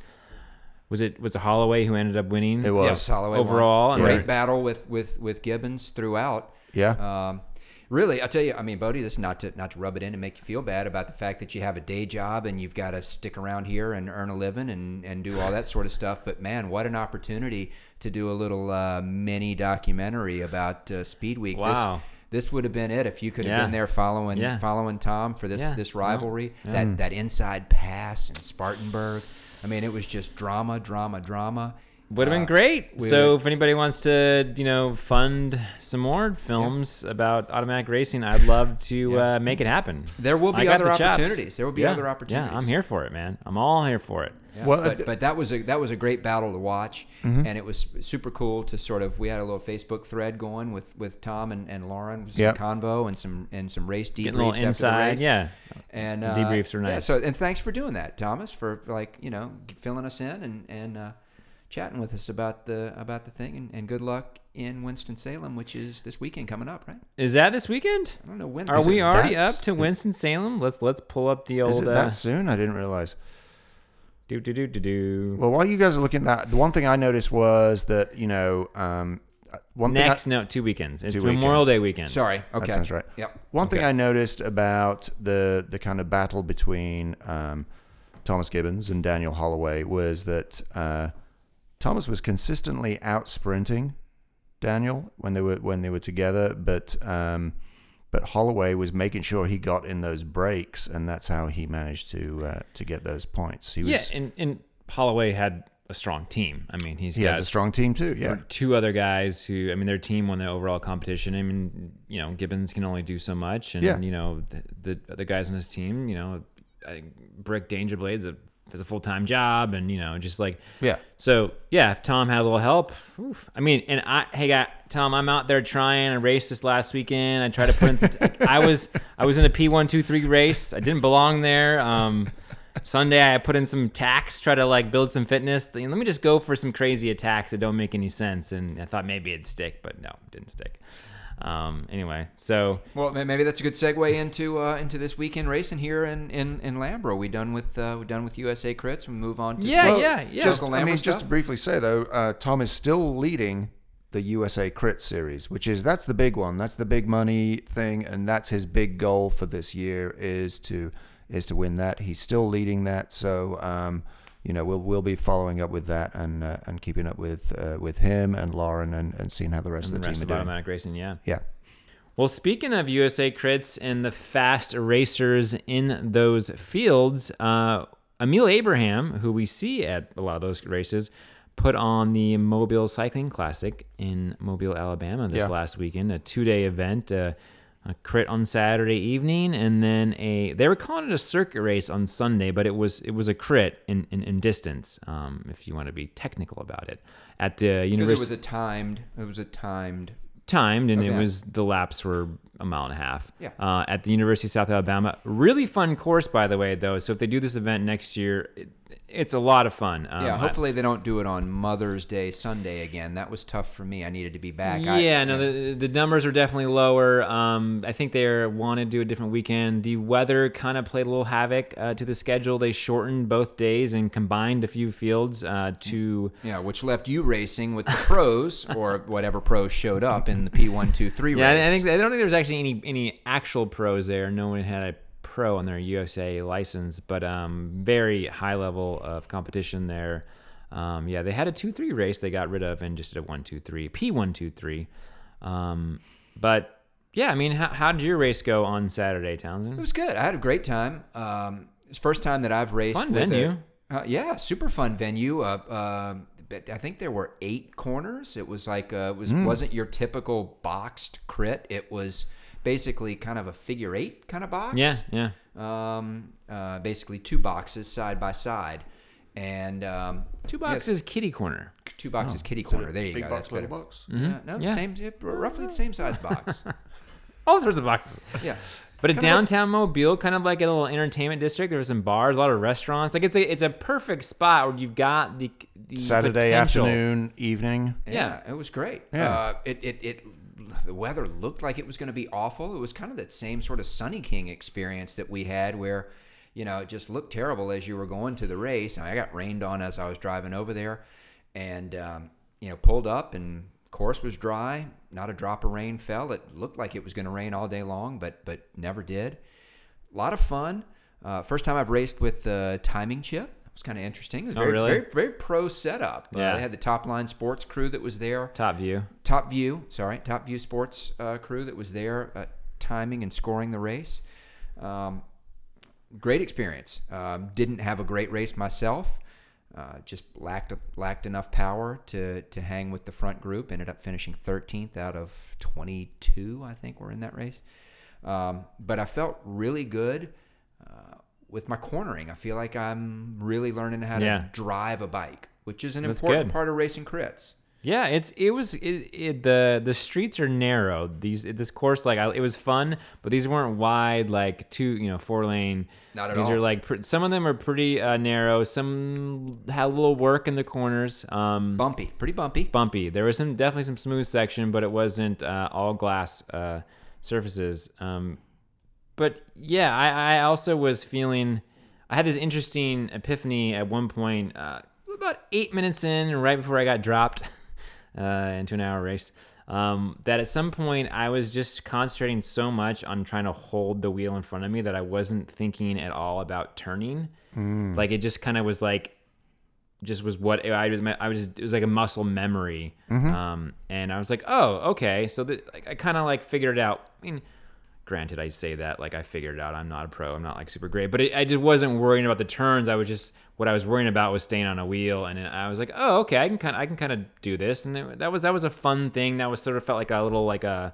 S2: was it was it Holloway who ended up winning.
S1: It was.
S3: Yes, Holloway won.
S2: Overall, and
S3: great
S2: they're-
S3: battle with with with Gibbons throughout.
S1: Yeah.
S3: Um, really, I tell you, I mean, Bodie, this is not to not to rub it in and make you feel bad about the fact that you have a day job and you've got to stick around here and earn a living and and do all that sort of stuff. But man, what an opportunity to do a little uh, mini documentary about uh, Speed Week.
S2: Wow.
S3: This, this would have been it if you could have
S2: Yeah.
S3: been there following
S2: Yeah.
S3: following Tom for this
S2: Yeah.
S3: this
S2: Yeah.
S3: rivalry, that that inside pass in Spartanburg. I mean, it was just drama, drama, drama.
S2: Would have been
S3: Uh,
S2: great.
S3: we
S2: So
S3: would-
S2: if anybody wants to, you know, fund some more films about automatic racing, I'd love to uh, make it happen.
S3: There will
S2: I
S3: be
S2: got
S3: other
S2: the chops.
S3: opportunities. There will be
S2: Yeah.
S3: other opportunities.
S2: Yeah, I'm here for it, man. I'm all here for it.
S1: Well, uh, Mm-hmm.
S3: but, but that was a that was a great battle to watch, and it was super cool to sort of we had a little Facebook thread going with with Tom and, and Lauren, with some
S1: Yep.
S3: convo and some and some race debriefs
S2: Getting a little
S3: after the
S2: inside,
S3: race.
S2: yeah.
S3: and
S2: The
S3: uh,
S2: debriefs are
S3: Yeah,
S2: nice.
S3: so and thanks for doing that, Thomas, for like you know filling us in and and uh, chatting with us about the about the thing, and, and good luck in Winston Salem, which is this weekend coming up, right?
S2: Is that this weekend?
S3: I don't know when.
S2: Are
S3: this
S2: we
S3: is.
S2: already up
S1: that's-
S2: to Winston Salem? Let's let's pull up the
S1: Is it
S2: old uh,
S1: that soon? I didn't realize.
S2: do do do do do.
S1: Well, while you guys are looking at that, the one thing I noticed was that you know, um, one
S2: Next,
S1: thing. I,
S2: no, two weekends. It's
S1: Two
S2: Memorial
S1: weekends.
S2: Day weekend.
S3: Sorry. Okay.
S1: That sounds right.
S3: Yep.
S1: One thing I noticed about the the kind of battle between um, Thomas Gibbons and Daniel Holloway was that uh, Thomas was consistently out sprinting Daniel when they were when they were together, but um, but Holloway was making sure he got in those breaks, and that's how he managed to uh, to get those points. He was
S2: Yeah, and and Holloway had a strong team. I mean, he's
S1: he
S2: got
S1: has a strong team too. Yeah,
S2: two other guys who I mean their team won the overall competition. I mean, you know, Gibbons can only do so much and
S1: Yeah.
S2: you know, the the other guys on his team, you know, I think Brick Dangerblade's a has a full-time job and you know, just like
S1: Yeah.
S2: So, yeah, if Tom had a little help, oof. I mean, and I hey guy, Tom, I'm out there trying. I raced this last weekend. I tried to put in some I was I was in a P123 race. I didn't belong there. Um Sunday I put in some tacks, try to like build some fitness. Th- Let me just go for some crazy attacks that don't make any sense. And I thought maybe it'd stick, but no, it didn't stick. Um, anyway, so
S3: Well, ma- maybe that's a good segue into uh, into this weekend racing here in in, in Lambro. We done with uh, we done with USA Crits. We move on to
S2: Yeah,
S3: some
S2: yeah, yeah.
S1: Just,
S3: local
S1: I
S3: Lambro
S1: mean,
S3: stuff.
S1: just to briefly say though, uh, Tom is still leading the USA Crit series, which is that's the big one, that's the big money thing, and that's his big goal for this year is to is to win that. He's still leading that, so um, you know we'll we'll be following up with that and uh, and keeping up with uh, with him and Lauren and, and seeing how the rest of
S2: the
S1: the
S2: rest
S1: team
S2: of
S1: are doing.
S2: automatic racing, yeah.
S1: Yeah,
S2: Well, speaking of USA crits and the fast racers in those fields, uh, Emil Abraham, who we see at a lot of those races, put on the Mobile Cycling Classic in Mobile, Alabama this
S1: Yeah.
S2: last weekend, a two day event. Uh, a crit on Saturday evening, and then a they were calling it a circuit race on Sunday, but it was it was a crit in, in, in distance, um, if you want to be technical about it, at the
S3: Because it
S2: University
S3: was a timed. It was a timed.
S2: timed and it
S3: event.
S2: was the laps were a mile and a half
S3: Yeah.
S2: uh, at the university of south alabama really fun course by the way though so if they do this event next year it, it's a lot of fun um,
S3: Yeah,
S2: I-
S3: hopefully they don't do it on Mother's Day Sunday again. That was tough for me. I needed to be back. I-
S2: yeah, no, the, the numbers are definitely lower. Um, I think they want to do a different weekend. The weather kind of played a little havoc uh, to the schedule. They shortened both days and combined a few fields uh, to
S3: yeah, which left you racing with the pros or whatever pros showed up in the P one two three race.
S2: [LAUGHS] Yeah, I think I don't think there was actually any any actual pros there. No one had a pro on their USA license, but um, very high level of competition there. Um, yeah, they had a two three race they got rid of and just did a one two three P one two three. Um, but yeah, I mean, how, how did your race go on Saturday,
S3: It
S2: Townsend?
S3: was good. I had a great time. Um, it's the first time that I've raced.
S2: Fun
S3: with a-
S2: venue.
S3: uh, yeah, super fun venue. Uh, um, but I think there were eight corners. It was like uh, it was
S1: Hmm.
S3: wasn't your typical boxed crit. It was basically kind of a figure eight kind of box.
S2: Yeah, yeah.
S3: Um, uh, basically two boxes side by side, and um,
S2: Two
S3: yeah,
S2: boxes, kitty corner.
S3: two boxes kitty corner. There you
S1: big
S3: go.
S1: box,
S3: That's
S1: little
S3: better.
S1: box.
S2: Mm-hmm.
S3: Yeah, no,
S2: Hmm? Yeah.
S3: same, yeah, roughly the same
S2: [LAUGHS]
S3: size box.
S2: All sorts of boxes.
S3: yeah.
S2: But a
S3: Kind of like-
S2: downtown Mobile, kind of like a little entertainment district. There were some bars, a lot of restaurants. Like it's a it's a perfect spot where you've got the, the
S1: Saturday
S2: potential.
S1: afternoon, evening.
S3: Yeah, it was great.
S1: Yeah.
S3: Uh, it, it, it, the weather looked like it was going to be awful. It was kind of that same sort of Sunny King experience that we had where, you know, it just looked terrible as you were going to the race. And I got rained on as I was driving over there and, um, you know, pulled up and course was dry. Not a drop of rain fell. It looked like it was going to rain all day long, but, but never did a lot of fun. Uh, first time I've raced with the timing chip. It was kind of interesting. It was
S2: Oh,
S3: very,
S2: really?
S3: very, very pro setup. Uh,
S2: Yeah.
S3: they had the top line sports crew that was there.
S2: Top view.
S3: Top View, sorry, Top View Sports uh, crew that was there uh, timing and scoring the race. Um, great experience. Um, didn't have a great race myself. Uh, just lacked lacked enough power to to hang with the front group. Ended up finishing 13th out of 22, I think, were in that race. Um, but I felt really good uh, with my cornering. I feel like I'm really learning how
S2: Yeah.
S3: to drive a bike, which is an
S2: That's
S3: important
S2: good.
S3: part of racing crits.
S2: Yeah, it's it was it, it the the streets are narrow. These this course like I, it was fun, but these weren't wide like two you know four lane.
S3: Not at
S2: these are
S3: all.
S2: like pre- some of them are pretty uh, narrow. Some had a little work in the corners. Um,
S3: Bumpy, pretty bumpy.
S2: bumpy. There was some definitely some smooth section, but it wasn't uh, all glass uh, surfaces. Um, but yeah, I, I also was feeling. I had this interesting epiphany at one point, uh, about eight minutes in, right before I got dropped [LAUGHS] uh, into an hour race. Um, that at some point I was just concentrating so much on trying to hold the wheel in front of me that I wasn't thinking at all about turning. Like it just kind of was like just was what I was. I was. It was like a muscle memory. Um, and I was like, oh, okay. So the, like, I kind of like figured it out. I mean, granted, I say that like I figured it out. I'm not a pro. I'm not like super great. But it, I just wasn't worrying about the turns. I was just what I was worrying about was staying on a wheel. And then I was like, oh, okay. I can kind. of I can kind of do this. And it, that was that was a fun thing. That was sort of felt like a little like a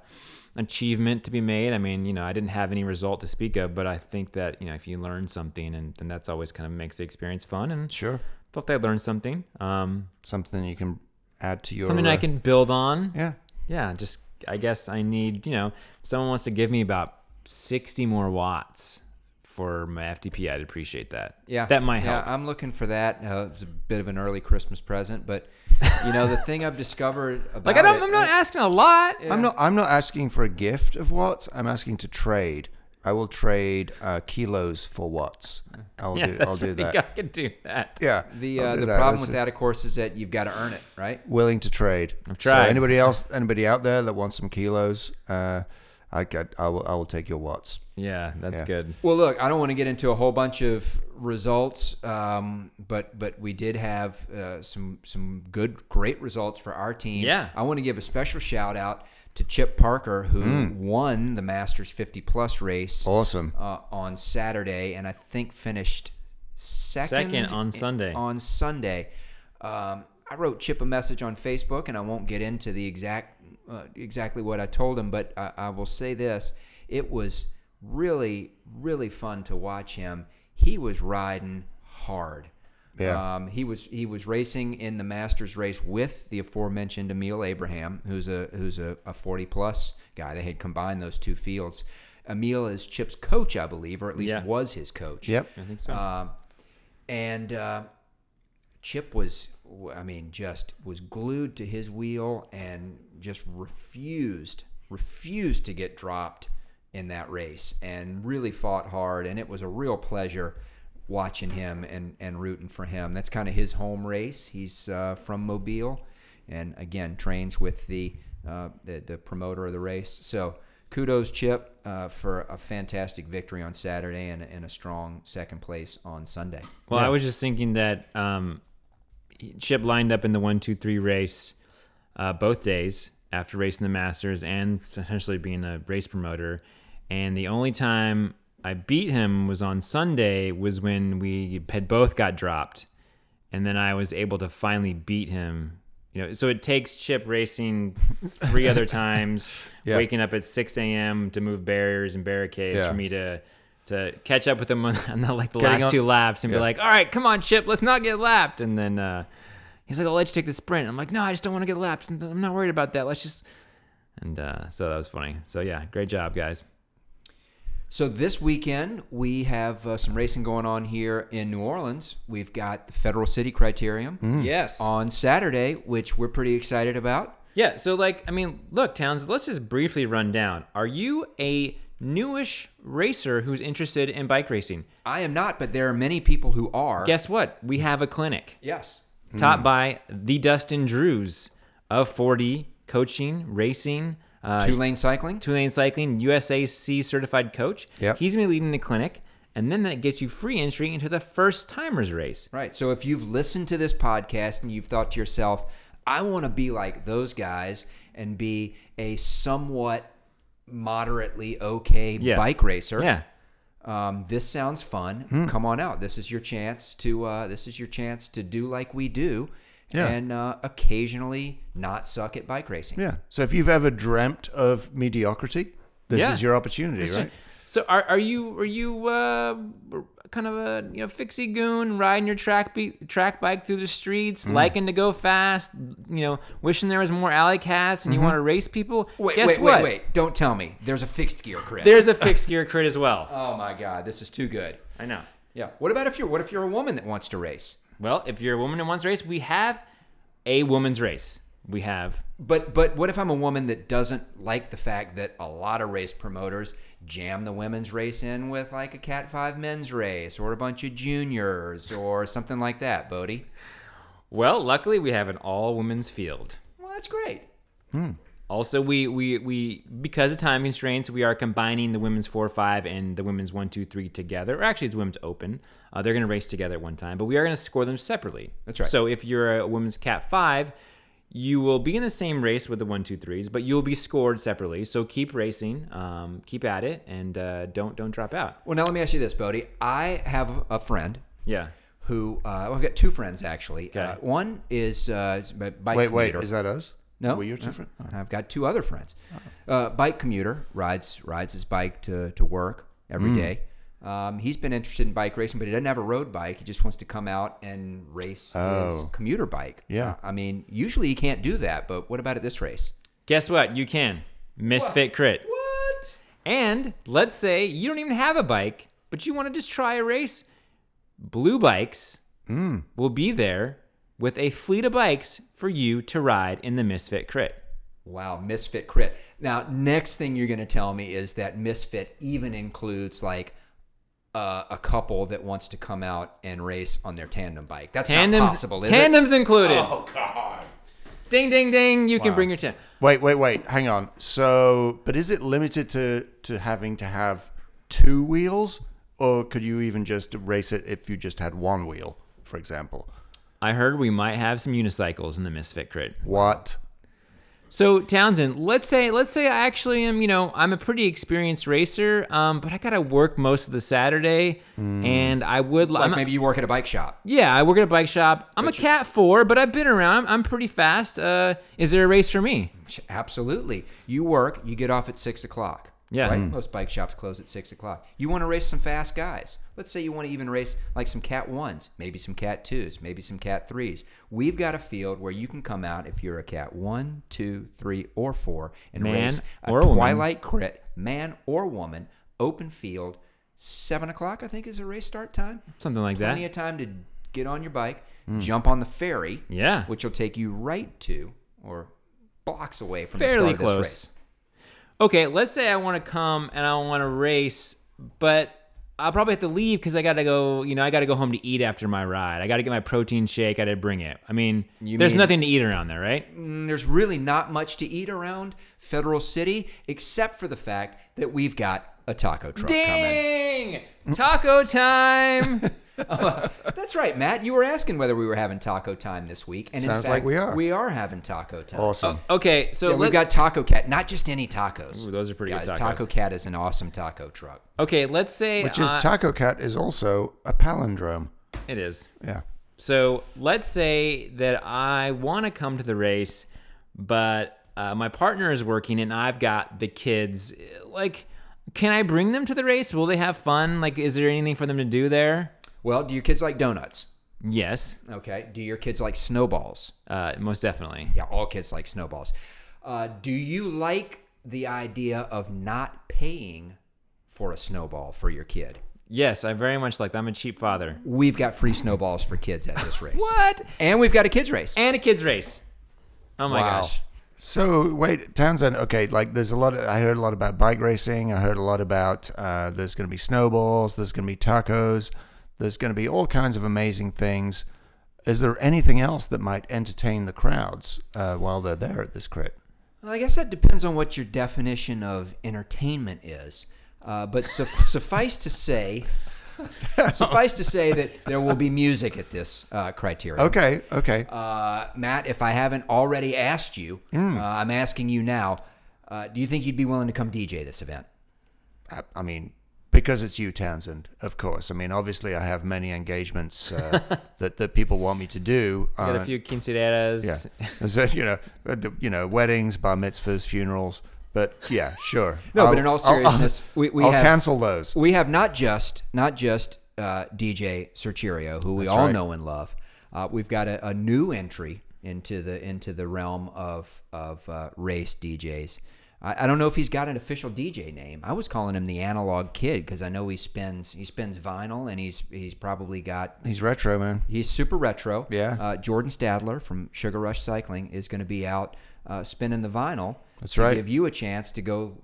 S2: achievement to be made. I mean, you know, I didn't have any result to speak of, but I think that you know if you learn something, and then that's always kind of makes the experience fun. And
S1: Sure,
S2: felt I learned something. Um,
S1: something you can add to your.
S2: something I
S1: uh,
S2: can build on. Yeah.
S1: Yeah,
S2: just I guess I need you know someone wants to give me about sixty more watts for my FTP. I'd appreciate that.
S3: Yeah,
S2: that might help.
S3: Yeah, I'm looking for that. Uh, it's a bit of an early Christmas present, but you know the thing I've discovered
S2: [LAUGHS]
S3: about
S2: like I don't,
S3: it-
S2: I'm not asking a lot.
S1: I'm not. I'm not asking for a gift of watts. I'm asking to trade. I will trade uh, kilos for watts.
S3: [LAUGHS]
S1: I'll do. I'll do
S2: [LAUGHS] I
S1: that.
S2: think I can do that.
S1: Yeah.
S3: The
S1: I'll
S3: uh,
S1: do
S3: the problem
S1: That's
S3: with
S1: a-
S3: that, of course, is that you've got to earn it, right?
S1: willing to trade. I've
S2: tried.
S1: So anybody else? Anybody out there that wants some kilos? Uh, I got. I will. I will take your watts.
S2: Yeah, that's
S1: Yeah.
S2: good.
S3: Well, look, I don't want to get into a whole bunch of results, um, but but we did have uh, some some good, great results for our team.
S2: Yeah.
S3: I want to give a special shout out to Chip Parker, who
S2: Hmm.
S3: won the Masters 50 plus race
S2: Oh.
S1: Awesome.
S3: uh, on Saturday, and I think finished second,
S2: Second on
S3: in-
S2: Sunday.
S3: On Sunday, um, I wrote Chip a message on Facebook, and I won't get into the exact uh, exactly what I told him, but I, I will say this: it was really, really fun to watch him. He was riding hard.
S1: Yeah.
S3: Um, he was he was racing in the Masters race with the aforementioned Emil Abraham, who's a who's a, a forty plus guy. They had combined those two fields. Emil is Chip's coach, I believe, or at least
S2: Yeah.
S3: was his coach.
S1: Yep.
S2: I think so.
S3: Um, and uh, Chip was, I mean, just was glued to his wheel and just refused, refused to get dropped in that race and really fought hard. And it was a real pleasure watching him and, and rooting for him. That's kind of his home race. He's uh, from Mobile and again trains with the, uh, the, the promoter of the race. So kudos, Chip, uh, for a fantastic victory on Saturday and, and a strong second place on Sunday.
S2: Well, I was just thinking that um, Chip lined up in the one, two, three race uh, both days after racing the Masters and essentially being a race promoter. And the only time I beat him was on Sunday, was when we had both got dropped, and then I was able to finally beat him. You know, so it takes Chip racing three
S1: [LAUGHS]
S2: other times,
S1: Yeah.
S2: waking up at six a.m. to move barriers and barricades
S1: Yeah.
S2: for me to to catch up with him [LAUGHS] on, on like the
S1: Getting
S2: last
S1: on-
S2: two laps and
S1: Yeah.
S2: be like, all right, come on, Chip, let's not get lapped. And then uh, he's like, I'll let you take the sprint. I'm like, no, I just don't want to get lapped. I'm- I'm not worried about that. Let's just. And uh, so that was funny. So yeah, great job, guys.
S3: So this weekend we have uh, some racing going on here in New Orleans. We've got the Federal City Criterium
S2: Yes.
S3: on Saturday, which we're pretty excited about.
S2: yeah. So like, I mean, look, Towns. Let's just briefly run down. Are you a newish racer who's interested in bike racing?
S3: I am not, but there are many people who are.
S2: Guess what? We have a clinic.
S3: Yes.
S2: Taught by the Dustin Drews of 4D coaching, racing, uh,
S3: Two lane cycling.
S2: two lane cycling, USAC certified coach.
S1: Yep.
S2: He's going to be leading the clinic. And then that gets you free entry into the first timers race.
S3: Right. So if you've listened to this podcast and you've thought to yourself, I want to be like those guys and be a somewhat moderately okay
S2: Yeah.
S3: bike racer.
S2: Yeah.
S3: um, this sounds fun.
S1: Hmm.
S3: Come on out. This is your chance to uh, this is your chance to do like we do,
S1: Yeah.
S3: and uh, occasionally not suck at bike racing.
S1: Yeah. So if you've ever dreamt of mediocrity, this
S2: Yeah.
S1: is your opportunity, right?
S2: So are, are you are you uh, kind of a you know fixie goon riding your track be- track bike through the streets,
S3: Mm-hmm.
S2: liking to go fast, you know, wishing there was more alley cats, and you want to race people?
S3: Mm-hmm. Wait,
S2: Guess
S3: wait,
S2: what?
S3: wait, wait! Don't tell me there's a fixed gear crit.
S2: There's a fixed gear crit as well.
S3: [LAUGHS] oh my god, this is too good.
S2: I know.
S3: Yeah. What about if you're what if you're a woman that wants to race?
S2: Well, if you're a woman in one's race, we have a woman's race. We have
S3: But but what if I'm a woman that doesn't like the fact that a lot of race promoters jam the women's race in with like a Cat Five men's race or a bunch of juniors or something like that, Bodie?
S2: Well, luckily we have an all women's field.
S3: Well, that's great.
S2: Also, we, we we because of time constraints, we are combining the women's four five and the women's one two three together. Or actually, it's women's open. Uh, they're going to race together at one time, but we are going to score them separately.
S3: That's right.
S2: So if you're a women's cat five, you will be in the same race with the one two threes, but you'll be scored separately. So keep racing, um, keep at it, and uh, don't don't drop out.
S3: Well, now let me ask you this, Bodie. I have a friend
S2: Yeah.
S3: who uh, well, I've got two friends actually. Uh,
S2: Okay.
S3: one is uh, is a bike
S1: Wait, wait.
S3: commuter.
S1: Is that us?
S3: no,
S1: Were you
S3: no.
S1: different?
S3: I've got two other friends.
S1: Oh.
S3: Uh, bike commuter rides rides his bike to to work every
S1: Hmm.
S3: day. Um, he's been interested in bike racing, but he doesn't have a road bike. He just wants to come out and race his
S1: Oh.
S3: commuter bike.
S1: Yeah.
S3: Uh, I mean, usually he can't do that, but what about at this race?
S2: Guess what? You can misfit crit.
S3: What?
S2: And let's say you don't even have a bike, but you want to just try a race. Blue Bikes
S3: Hmm.
S2: will be there with a fleet of bikes for you to ride in the Misfit Crit.
S3: Wow, Misfit Crit. Now, next thing you're going to tell me is that Misfit even includes like uh, a couple that wants to come out and race on their tandem bike. That's not
S2: Tandems,
S3: possible, is it?
S2: tandems included. Oh God! Ding, ding, ding! You can
S3: Wow.
S2: bring your tandem.
S1: Wait, wait, wait. Hang on. So, but is it limited to to having to have two wheels, or could you even just race it if you just had one wheel, for example?
S2: I heard we might have some unicycles in the Misfit Crit.
S1: What?
S2: So Townsend, let's say let's say I actually am, you know, I'm a pretty experienced racer, um, but I gotta work most of the Saturday, and I would li-
S3: Hmm. Like
S2: I'm a-
S3: maybe you work at a bike shop.
S2: yeah, I work at a bike shop. I'm a cat four, but I've been around. I'm, I'm pretty fast. Uh, is there a race for me?
S3: Absolutely. You work, you get off at six o'clock.
S2: Yeah.
S3: Right?
S2: Mm.
S3: Most bike shops close at six o'clock. You want to race some fast guys. Let's say you want to even race like some Cat 1s, maybe some Cat 2s, maybe some Cat 3s. We've got a field where you can come out if you're a Cat 1, 2, 3, or 4 and
S2: Man
S3: race a
S2: or woman.
S3: Twilight Crit, man or woman, open field. Seven o'clock, I think, is a race start time
S2: Something like that. Hmm.
S3: plenty of time to get on your bike, jump on the ferry,
S2: Yeah.
S3: which will take you right to or blocks away from
S2: Fairly
S3: the start of
S2: close.
S3: this race.
S2: okay, let's say I want to come and I want to race, but I'll probably have to leave because I gotta go. You know, I gotta go home to eat after my ride. I gotta get my protein shake. I gotta bring it. I mean,
S3: You
S2: there's
S3: mean-
S2: nothing to eat around there, right?
S3: And Mm, there's really not much to eat around Federal City except for the fact that we've got a taco truck coming.
S2: Ding! Taco time.
S3: [LAUGHS] That's right, Matt. You were asking whether we were having taco time this week, and
S1: Sounds
S3: in
S1: like
S3: fact,
S1: we are.
S3: We are having taco time.
S1: Awesome.
S2: okay, so
S3: Yeah, we've
S2: let-
S3: got Taco Cat, not just any tacos.
S2: Ooh, those are pretty good
S3: Guys,
S2: tacos.
S3: Taco Cat is an awesome taco truck.
S2: okay. Let's say
S1: Which is
S2: I-
S1: Taco Cat is also a palindrome.
S2: it is.
S1: Yeah.
S2: So let's say that I want to come to the race, but uh, my partner is working and I've got the kids. Like, can I bring them to the race? Will they have fun? Like, is there anything for them to do there?
S3: Well, do your kids like donuts?
S2: Yes,
S3: Okay. Do your kids like snowballs?
S2: uh, most definitely.
S3: Yeah, all kids like snowballs. Uh, do you like the idea of not paying for a snowball for your kid?
S2: Yes, I very much like that. I'm a cheap father.
S3: We've got free snowballs for kids at [LAUGHS] this race. what? And we've got a kids race.
S2: And a kids' race. Oh my
S3: Wow.
S2: gosh.
S1: So wait, Townsend. Okay, like there's a lot. Of, I heard a lot about bike racing. I heard a lot about uh, there's going to be snowballs. There's going to be tacos. There's going to be all kinds of amazing things. Is there anything else that might entertain the crowds uh, while they're there at this crit?
S3: Well, I guess that depends on what your definition of entertainment is. Uh, but suf- [LAUGHS] suffice to [LAUGHS] say, suffice to say that there will be music at this uh, criteria.
S1: Okay, okay.
S3: Uh, Matt, if I haven't already asked you, uh, I'm asking you now. Uh, do you think you'd be willing to come DJ this event?
S1: I, I mean, because it's you, Townsend. Of course. I mean, obviously, I have many engagements uh, that that people want me to do.
S2: Got
S1: uh,
S2: a few quinceaderas.
S1: [LAUGHS] Yeah. So, you know, uh, the- you know, weddings, bar mitzvahs, funerals. But yeah, sure.
S3: No,
S1: I'll- [LAUGHS]
S3: but in all
S1: I'll- I'll-
S3: seriousness, we, we
S1: I'll
S3: have
S1: cancel those.
S3: We have not just not just uh, DJ Serchirio, who we all
S1: right.
S3: know and love. Uh, we've got a, a new entry into the into the realm of of uh, race DJs. I, I don't know if he's got an official DJ name. I was calling him the Analog Kid because I know he spins he spins vinyl and he's he's probably got
S1: He's retro, man.
S3: He's super retro.
S1: Yeah.
S3: Uh, Jordan Stadler from Sugar Rush Cycling is going to be out uh, spinning the vinyl.
S1: That's
S3: to
S1: right.
S3: Give you a chance to go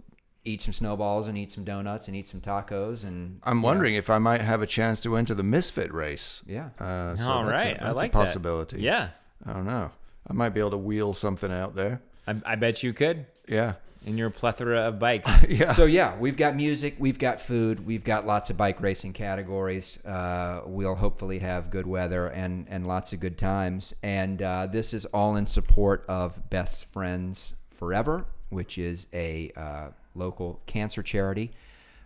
S3: eat some snowballs and eat some donuts and eat some tacos and
S1: I'm wondering if I might have a chance to enter the Misfit race.
S3: yeah.
S1: Uh, so
S2: All right,
S1: that's a-
S2: I
S1: that's
S2: like
S1: a possibility.
S2: That. Yeah,
S1: I don't know. I might be able to wheel something out there.
S2: I, I bet you could
S1: Yeah.
S2: in your plethora of bikes.
S1: [LAUGHS] Yeah.
S3: So yeah, we've got music, we've got food, we've got lots of bike racing categories. Uh, we'll hopefully have good weather and and lots of good times. And uh, this is all in support of Best Friends Forever, which is a uh, local cancer charity.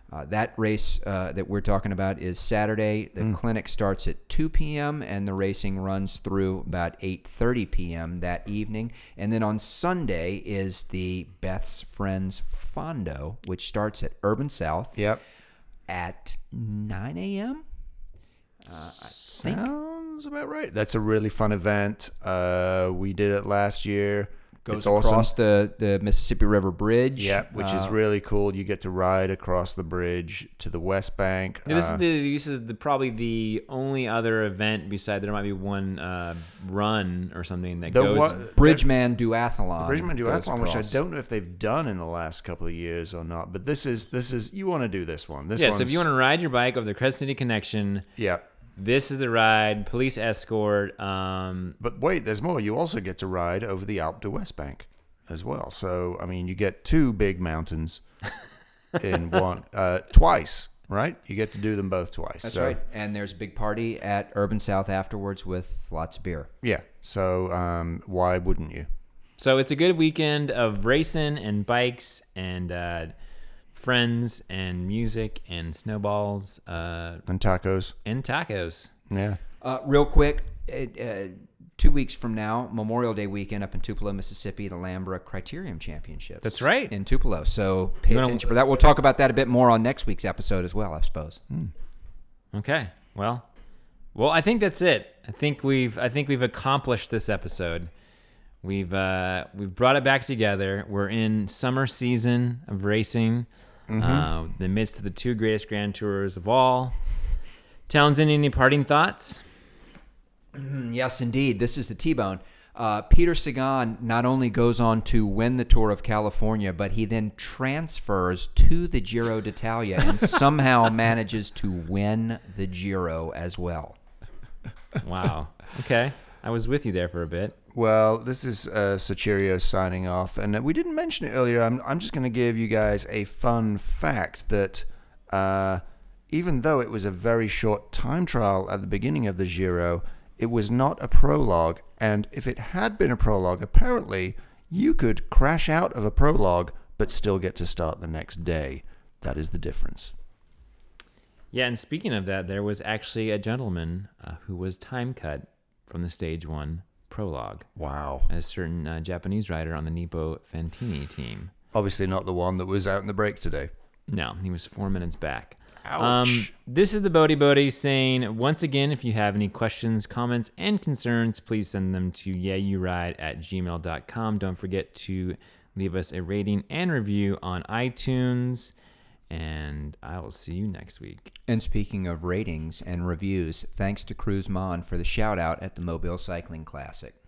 S3: Uh, that race uh, that we're talking about is Saturday. The
S1: Mm.
S3: clinic starts at 2 p.m. and the racing runs through about 8:30 p.m. that evening. And then on Sunday is the Beth's Friends Fondo, which starts at Urban South
S1: Yep.
S3: at 9 a.m.
S1: Sounds about right. That's a really fun event. Uh, we did it last year.
S3: goes
S1: It's awesome.
S3: across the, the Mississippi River Bridge. Uh,
S1: Yeah, which is really cool. You get to ride across the bridge to the West Bank.
S2: Now, This
S1: Uh,
S2: is the this is the probably the only other event beside there might be one uh, run or something that
S1: The
S2: goes.
S1: wa-
S3: Bridgeman Duathlon.
S1: Bridgman
S3: goes
S1: Duathlon, which I
S3: across.
S1: don't know if they've done in the last couple of years or not, but this is this is you want to do this one. This
S2: yeah, so if you
S1: one's-
S2: want to ride your bike over the Crescent City Connection,
S1: yeah.
S2: this is the ride. Police escort. Um,
S1: But wait, there's more. You also get to ride over the Alpe de West Bank as well. So I mean, you get two big
S2: [LAUGHS]
S1: mountains in one uh, twice, right? You get to do them both twice.
S3: That's
S1: So,
S3: right. And there's a big party at Urban South afterwards with lots of beer.
S1: Yeah. So um, why wouldn't you?
S2: so it's a good weekend of racing and bikes and uh, friends and music and snowballs uh,
S1: And tacos.
S2: and tacos.
S1: Yeah.
S3: Uh, real quick, it, uh, two weeks from now, Memorial Day weekend up in Tupelo, Mississippi, the Lambra Criterium Championships.
S2: That's right.
S3: In Tupelo. So pay
S2: wanna-
S3: attention for that. We'll talk about that a bit more on next week's episode as well, I suppose.
S2: Okay. Well, well, I think that's it. I think we've I think we've accomplished this episode. We've uh, we've brought it back together. We're in summer season of racing, uh, the midst of the two greatest Grand Tours of all. Townsend, any parting thoughts?
S3: Mm, Yes, indeed. This is the T Bone. Uh, Peter Sagan not only goes on to win the Tour of California, but he then transfers to the Giro d'Italia and somehow [LAUGHS] manages to win the Giro as well.
S2: Wow. Okay, I was with you there for a bit.
S1: Well, this is uh, Sachirio signing off, and we didn't mention it earlier. I'm, I'm just going to give you guys a fun fact that uh, even though it was a very short time trial at the beginning of the Giro, it was not a prologue. And if it had been a prologue, apparently you could crash out of a prologue but still get to start the next day. That is the difference.
S2: Yeah, and speaking of that, there was actually a gentleman uh, who was time cut from the stage one prologue,
S1: Wow.
S2: a certain uh, Japanese rider on the Nippo Fantini team.
S1: Obviously, not the one that was out in the break today.
S2: No, he was four minutes back. Um,
S1: Ouch.
S2: this is the Bodhi Bodhi saying, once again, if you have any questions, comments, and concerns, please send them to yeahyouride at gmail.com. Don't forget to leave us a rating and review on iTunes. And I will see you next week.
S3: And speaking of ratings and reviews, thanks to Cruz Mon for the shout out at the Mobile Cycling Classic.